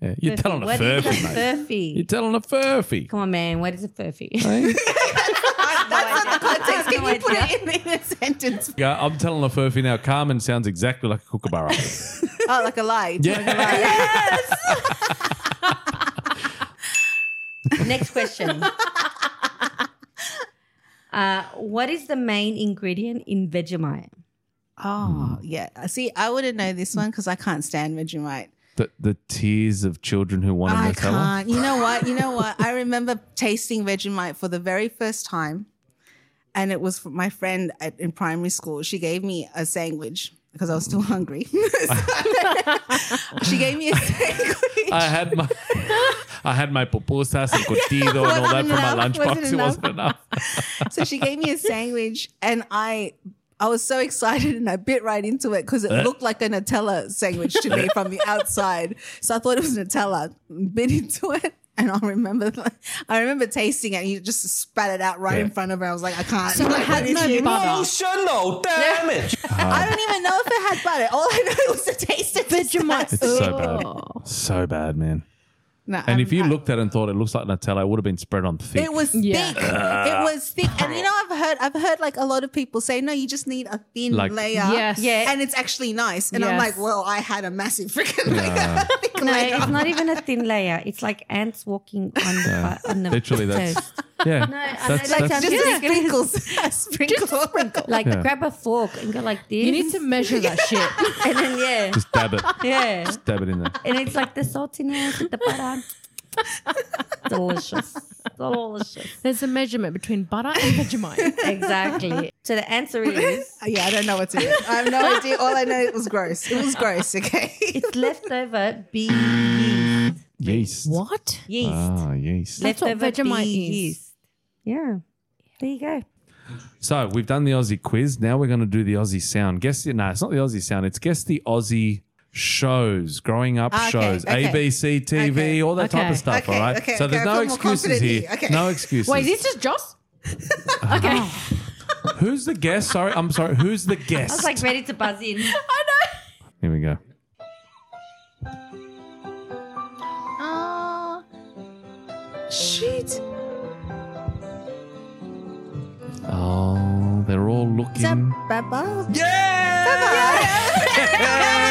Yeah, you're telling a
What is
furphy, mate.
a furfy?
You're telling a furphy.
Come on, man. What is a furfy?
eh?
That's not the context. Can
no
you put it in, in a sentence?
Yeah, I'm telling a furphy now. Carmen sounds exactly like a kookaburra.
Oh, like a lie.
yeah.
Next question. Uh, what is the main ingredient in Vegemite?
Oh, yeah. See, I wouldn't know this one because I can't stand Vegemite.
The, the tears of children who want a
I
Nutella.
can't. You know what? You know what? I remember tasting Vegemite for the very first time, and it was from my friend at, in primary school. She gave me a sandwich because I was still hungry. she gave me a sandwich.
I had my I had my pupusas and curtido and all that
Wasn't
for my
enough,
lunchbox.
wasn't
it wasn't enough.
so she gave me a sandwich and I I was so excited and I bit right into it because it
Uh.
looked like a Nutella sandwich to me from the outside. So I thought it was Nutella. Bit into it and I remember I remember tasting it and you just spat it out right in
Yeah.
front of her. I was like, I can't.
So it had no butter.
Emotional damage.
I don't even know if it had butter. All I know was the taste of Vegemite.
It's so bad. So bad, man.
No,
And
I'm-
if you
I-
looked at it and thought it looks like Nutella, it would have been spread on thick.
It was
Yeah.
thick.
Uh,
it was thick. And you know, I've heard I've heard like a lot of people say, no, you just need a thin
Like-
layer.
Yes.
Yeah.
And it's actually nice. And I'm
Yes.
like, well, I had a massive freaking
Yeah.
thick
No,
layer.
it's not even a thin layer. It's like ants walking on the, bu- on the
Literally, that's
toast.
yeah.
I
that's,
like
that's-
that.
Just
Yeah.
a sprinkles. A sprinkle.
Like
Yeah.
grab a fork and go like this.
You need to measure that shit.
and then yeah,
just dab it,
yeah.
dab it in there.
And it's like the salt in here with the butter. Delicious. Delicious.
There's a measurement between butter and Vegemite.
Exactly. So the answer is
Uh, yeah, I don't know what's in it. I have no idea. All I know it was gross. It was gross, okay?
it's leftover bee yeast.
Uh, Yeast.
what?
Yeast.
Ah, yeast.
That's what
leftover
Vegemite
bee
is.
yeast. Yeah. There you go.
So we've done the Aussie quiz. Now we're going to do the Aussie sound. Guess the, no, it's not the Aussie sound. It's guess the Aussie shows, growing up
Ah, Okay,
shows,
okay.
ABC, TV,
Okay.
all that type
Okay.
of stuff.
Okay,
all right.
okay,
so
okay.
there's no
I feel more
excuses
confident
here.
here. Okay.
No excuses.
Wait, this is Joss? okay.
who's the guest? Sorry, I'm sorry. Who's the
I
guest?
was like ready to buzz in.
I know.
here we go.
Oh, shit.
Oh, they're all looking.
Mm. Baba.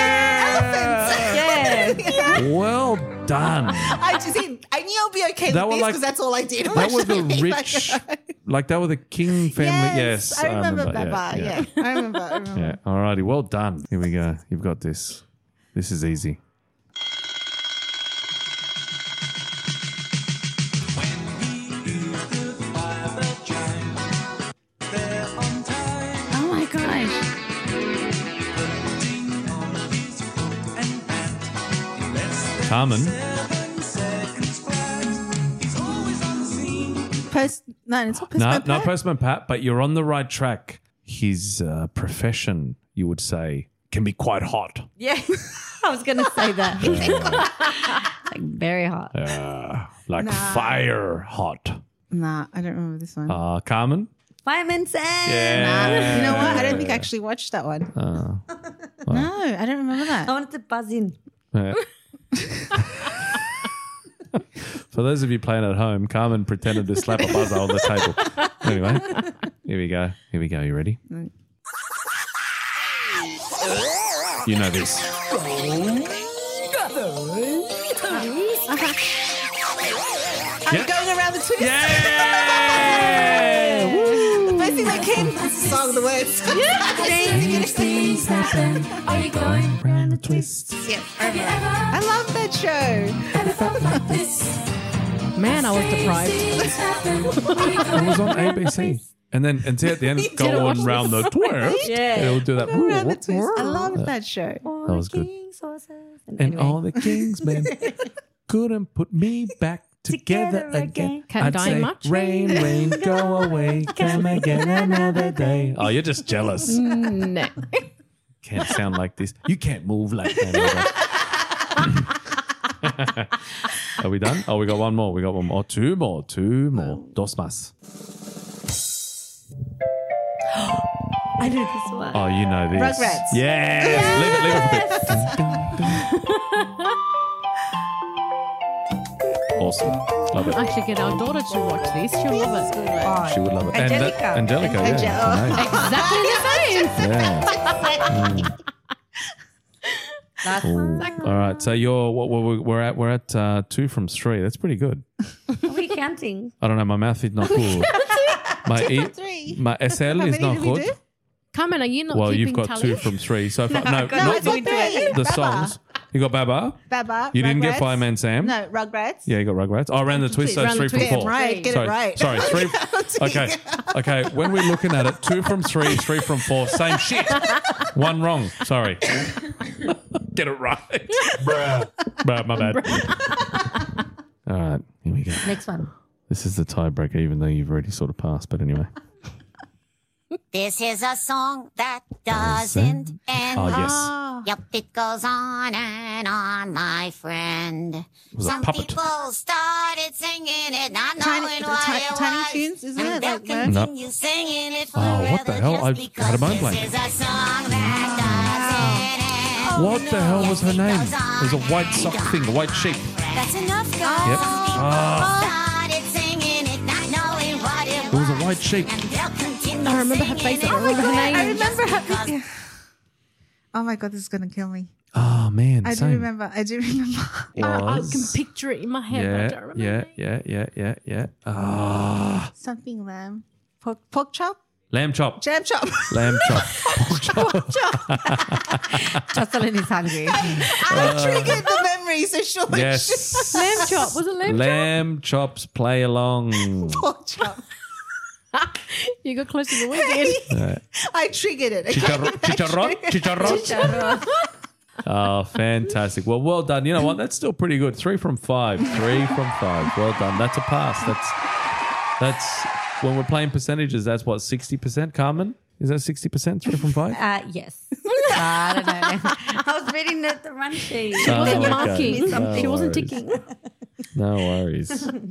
Yeah.
Well done.
I just, I knew I'd be okay
That was
with this
like-
because that's all I did.
That was the
Like,
rich, like that were the king family. Yes,
I remember, Baba.
yeah,
Yeah, I remember. I remember.
yeah. Alrighty, well done. Here we go. You've got this. This is easy.
Oh my gosh.
Carmen.
Post, no, it's not post.
No, no, Postman Pat, but you're on the right track. His uh, profession, you would say, can be quite hot.
Yeah. I was gonna say that. like very hot.
Uh, like fire hot.
Nah, I don't remember this one.
Uh, Carmen?
Fireman Sam.
Nah,
Yeah. Uh-uh.
you know what? I don't think I actually watched that one.
Uh,
no, I don't remember that.
I wanted to buzz in.
Yeah. For those of you playing at home, Carmen pretended to slap a buzzer on the table. Anyway, here we go. Here we go. You ready? You know this.
I'm
Yeah.
going around the twist.
Yeah! Woo!
The first thing that came was the song, the words. Yeah.
Round the twist.
I love that show.
Man, I was deprived.
It was on ABC. And then until at the end, go on round the twist.
Yeah.
It'll do that. Woo,
Around the
woo,
twist. I love that show.
That was good. And all the kings, man, couldn't put me back together,
Together
again.
again.
Can't die
say,
much.
Rain, rain, go away, come again another day. Oh, you're just jealous.
Mm, no.
Can't sound like this. You can't move like that. Oliver. Are we done? Oh, we got one more. We got one more. Two more. Two more. Dos más.
I knew this one.
Oh, you know this.
Rugrats.
Yes. Leave it, leave it for a bit. awesome. Love it.
I should get our daughter to watch this. She'll love it.
She would love it. And that- Angelica.
Angelica.
yeah.
Exactly the same.
I know. Yeah.
Last one.
All right. So you're what we're, we're at. We're at uh, two from three. That's pretty good.
Are we counting?
I don't know. My math is not good. my e,
Three.
my SL is
many
not
did we
good.
do?
Carmen, are you not
Well,
keeping
you've got
tally?
two from three so far. No,
got
No,
not
it's not three.
the
Baba.
songs. You got Baba.
Baba.
You didn't get
Rugrats.
Fireman Sam.
No, Rugrats.
Yeah, you got Rugrats. Oh, around the twist. So it's
Round
three
the
from four.
Twist.
Damn right. Get
sorry,
it right.
sorry, three. Okay, okay. When we're looking at it, two from three, three from four, same shit. One wrong. Sorry. Get it right, bruh. Bruh, my bad. All right, here we go.
Next one.
This is the tiebreaker, even though you've already sort of passed. But anyway.
This is a song that doesn't end.
Oh yes.
Ah,
Yep, it goes on and on, my friend.
a
Some
puppet.
people started singing it, not
Tiny-
knowing
the
why
ti-
it
Tiny
was.
Toons, isn't it?
and they'll
Like that?
No.
continue singing it
Oh,
forever.
what the hell?
just
I've had a
because
mind
this
blank.
is a song that doesn't end.
What the hell was her name? It was a white sock thing, a white sheep.
Friend. That's enough, girl.
Yep. Ah,
Started singing it, not knowing what it
It was a white sheep.
And they'll continue
I remember her face. I
singing
don't
it. Oh
remember her name.
I remember. How, oh my god, this is gonna kill me.
Oh man,
I do
same.
remember. I do remember.
Oh, I, I can
Was-
picture it in my head. but I don't
Yeah,
remember.
yeah, yeah, yeah, yeah, yeah. Ah,
Something lamb, pork, pork chop,
lamb chop,
jam chop.
lamb chop.
Jocelyn is hungry.
I triggered the memory, so surely
Yes,
Lamb chop. Was it lamb,
lamb chops play along.
pork chop.
chop? You got close to the weekend.
I triggered it. Okay?
Chicharron, chicharron, chicharron. Oh, fantastic. Well, well done. You know what? That's still pretty good. Three from five. Three from five. Well done. That's a pass. That's that's when we're playing percentages, that's what, sixty percent, Carmen? Is that sixty percent? Three from five?
Uh, yes. I don't know. I was reading the, the run sheet.
She wasn't
Oh, okay.
marking.
No
she wasn't
worries.
ticking.
No worries.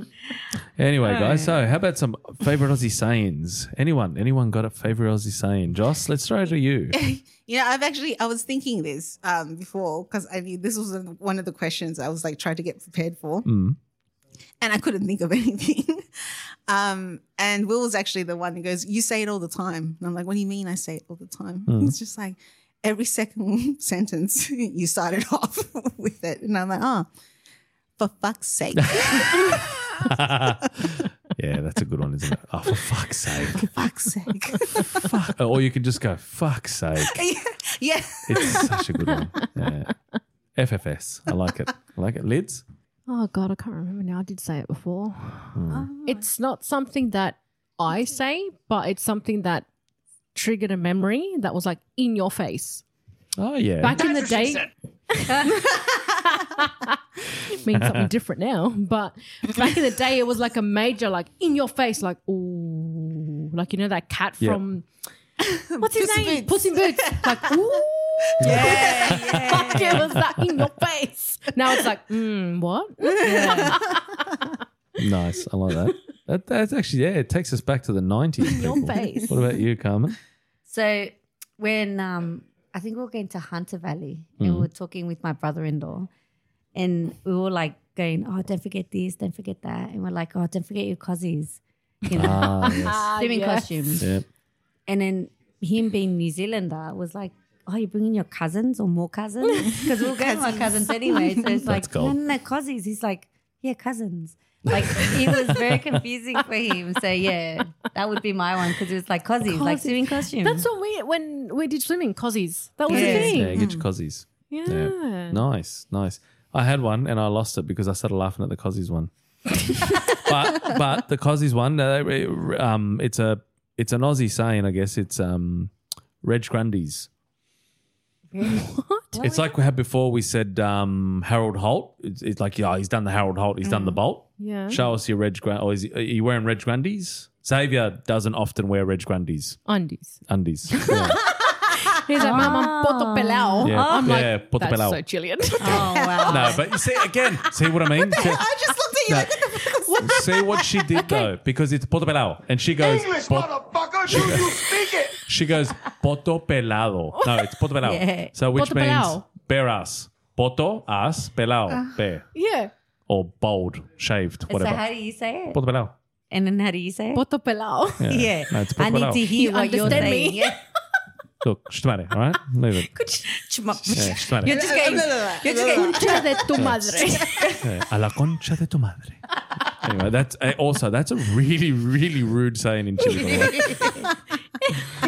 Anyway, guys, so how about some favorite Aussie sayings? Anyone? Anyone got a favorite Aussie saying? Joss, let's throw it to you.
You know, I've actually I was thinking this um, before because I knew this was one of the questions I was like trying to get prepared for, and I couldn't think of anything. um, and Will was actually the one who goes, "You say it all the time," and I'm like, "What do you mean I say it all the time?" It's just like every second sentence you started off with it, and I'm like, "Oh, for fuck's sake!"
Yeah, that's a good one, isn't it? Oh, for fuck's sake.
fuck's sake.
Fuck. Or you can just go, fuck's sake.
yeah.
It's such a good one. Yeah. FFS. I like it. I like it. Lids?
Oh god, I can't remember now. I did say it before.
Hmm.
Ah.
It's not something that I say, but it's something that triggered a memory that was like in your face
Oh, yeah.
back in the day. means something different now, but back in the day, it was like a major, like in your face, like ooh, like you know that cat
Yeah.
from what's his
Puss in
name,
Boots.
Puss in Boots, like ooh, like it was that in your face. Now it's like, mm, what?
Nice. I like that. that. That's actually, yeah, it takes us back to the 90s.
Your
people.
face.
What about you, Carmen?
So when um, I think we were going to Hunter Valley and
Mm.
we were talking with my brother-in-law, and we were like going, "Oh, don't forget this, don't forget that," and we're like, "Oh, don't forget your cozies, you know,
Ah, yes.
swimming
yes.
costumes."
Yeah.
And then him being New Zealander was like, "Oh, you're bringing your cousins or more cousins?" Because we were going to our cousins anyway, so it's like, "No,
gold.
no, no, cozies." He's like, "Yeah, cousins." Like it was very confusing for him. So yeah, that would be my one because it was like cozies, like
Cozies.
swimming costumes.
That's what we when we did swimming, cozies. That was
Yeah.
the thing.
Yeah, get your cozies.
Yeah.
Nice, nice. I had one and I lost it because I started laughing at the Cozzies one. but but the Cozzies one, uh, it- um, it's a it's an Aussie saying, I guess. It's um, Reg Grundy's. What? It's like we had before. We said um, Harold Holt. It's, it's like yeah, he's done the Harold Holt. He's done the Bolt.
Mm. Yeah.
Show us your Reg Grundy. Or is he, are you wearing Reg Grundy's? Xavier doesn't often wear Reg Grundy's
Undies.
undies. Yeah,
He's like, Mum, I'm Porto Pelao.
yeah,
I'm like,
yeah, put the
that's
pillow.
so Chilean.
oh wow.
No, but you see again, see what I mean? See-
I just looked at you like, what the fuck was that?
Say what she did though, because it's Poto Pelado. And she goes,
English,
"Po-
motherfucker, you, you speak it.
she goes, Poto Pelado. No, it's Poto Pelado.
Yeah.
So which
Poto
means
Pelao.
bare ass. Poto, ass,
Ah.
Pelao, bare.
yeah.
Or bald, shaved,
So how
whatever.
do you say it?
Poto Pelado.
And then how do you say it?
Porto Pelao.
Yeah.
Yeah,
No, it's Poto
I need
Pelao.
to hear
You
what you're
understand
saying.
me?
Yeah.
Look, shtumare, all right? Leave it. Yeah,
You're
shtumare.
just going. You're just going.
Concha de tu madre.
Yeah, Eh, A la concha de tu madre. Anyway, that's uh, also that's a really, really rude saying in Chile. by the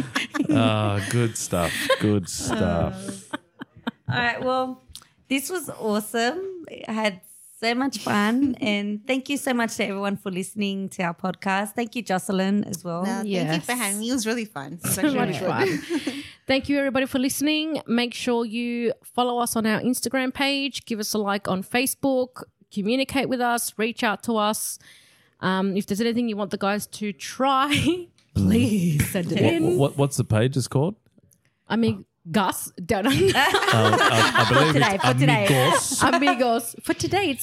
way. Ah, good stuff. Good stuff.
Ah, All right. Well, this was awesome. I had so much fun, and thank you so much to everyone for listening to our podcast. Thank you, Jocelyn, as well.
Uh, Thank you
Yes.
for having me. It was really fun.
so much fun. Thank you, everybody, for listening. Make sure you follow us on our Instagram page, give us a like on Facebook, communicate with us, reach out to us. Um, if there's anything you want the guys to try, please send it
What,
in.
what, what's the page is called?
I mean, Gus, don't know.
Um, I, I believe
today,
it's
for today.
Amigos.
Amigos. For today, it's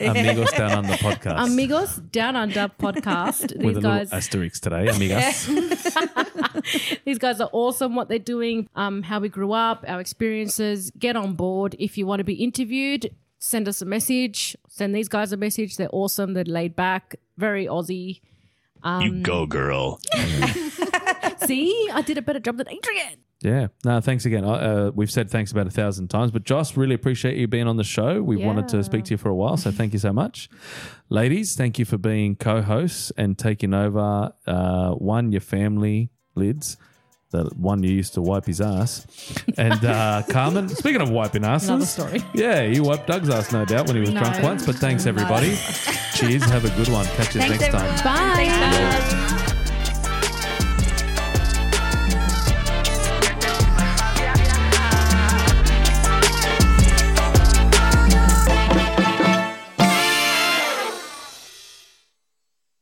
Amigos down on the podcast.
Amigos Down Under podcast.
With
These
a
guys,
little asterisk today, Amigos.
these guys are awesome. What they're doing, um, how we grew up, our experiences. Get on board if you want to be interviewed. send us a message. Send these guys a message. They're awesome. They're laid back, very Aussie. Um,
you go, girl.
See, I did a better job than Adrian.
Yeah. No, thanks again. I, uh, we've said thanks about a thousand times, but Joss, really appreciate you being on the show. We wanted to speak to you for a while, so thank you so much. Ladies, thank you for being co hosts and taking over uh, one, your family, Lids, the one you used to wipe his ass, and uh, Carmen. Speaking of wiping
Another
asses,
story.
yeah, you wiped Doug's ass, no doubt, when he was
No.
drunk once, but thanks, everybody. Cheers. Have a good one. Catch you next time.
Bye.
Bye.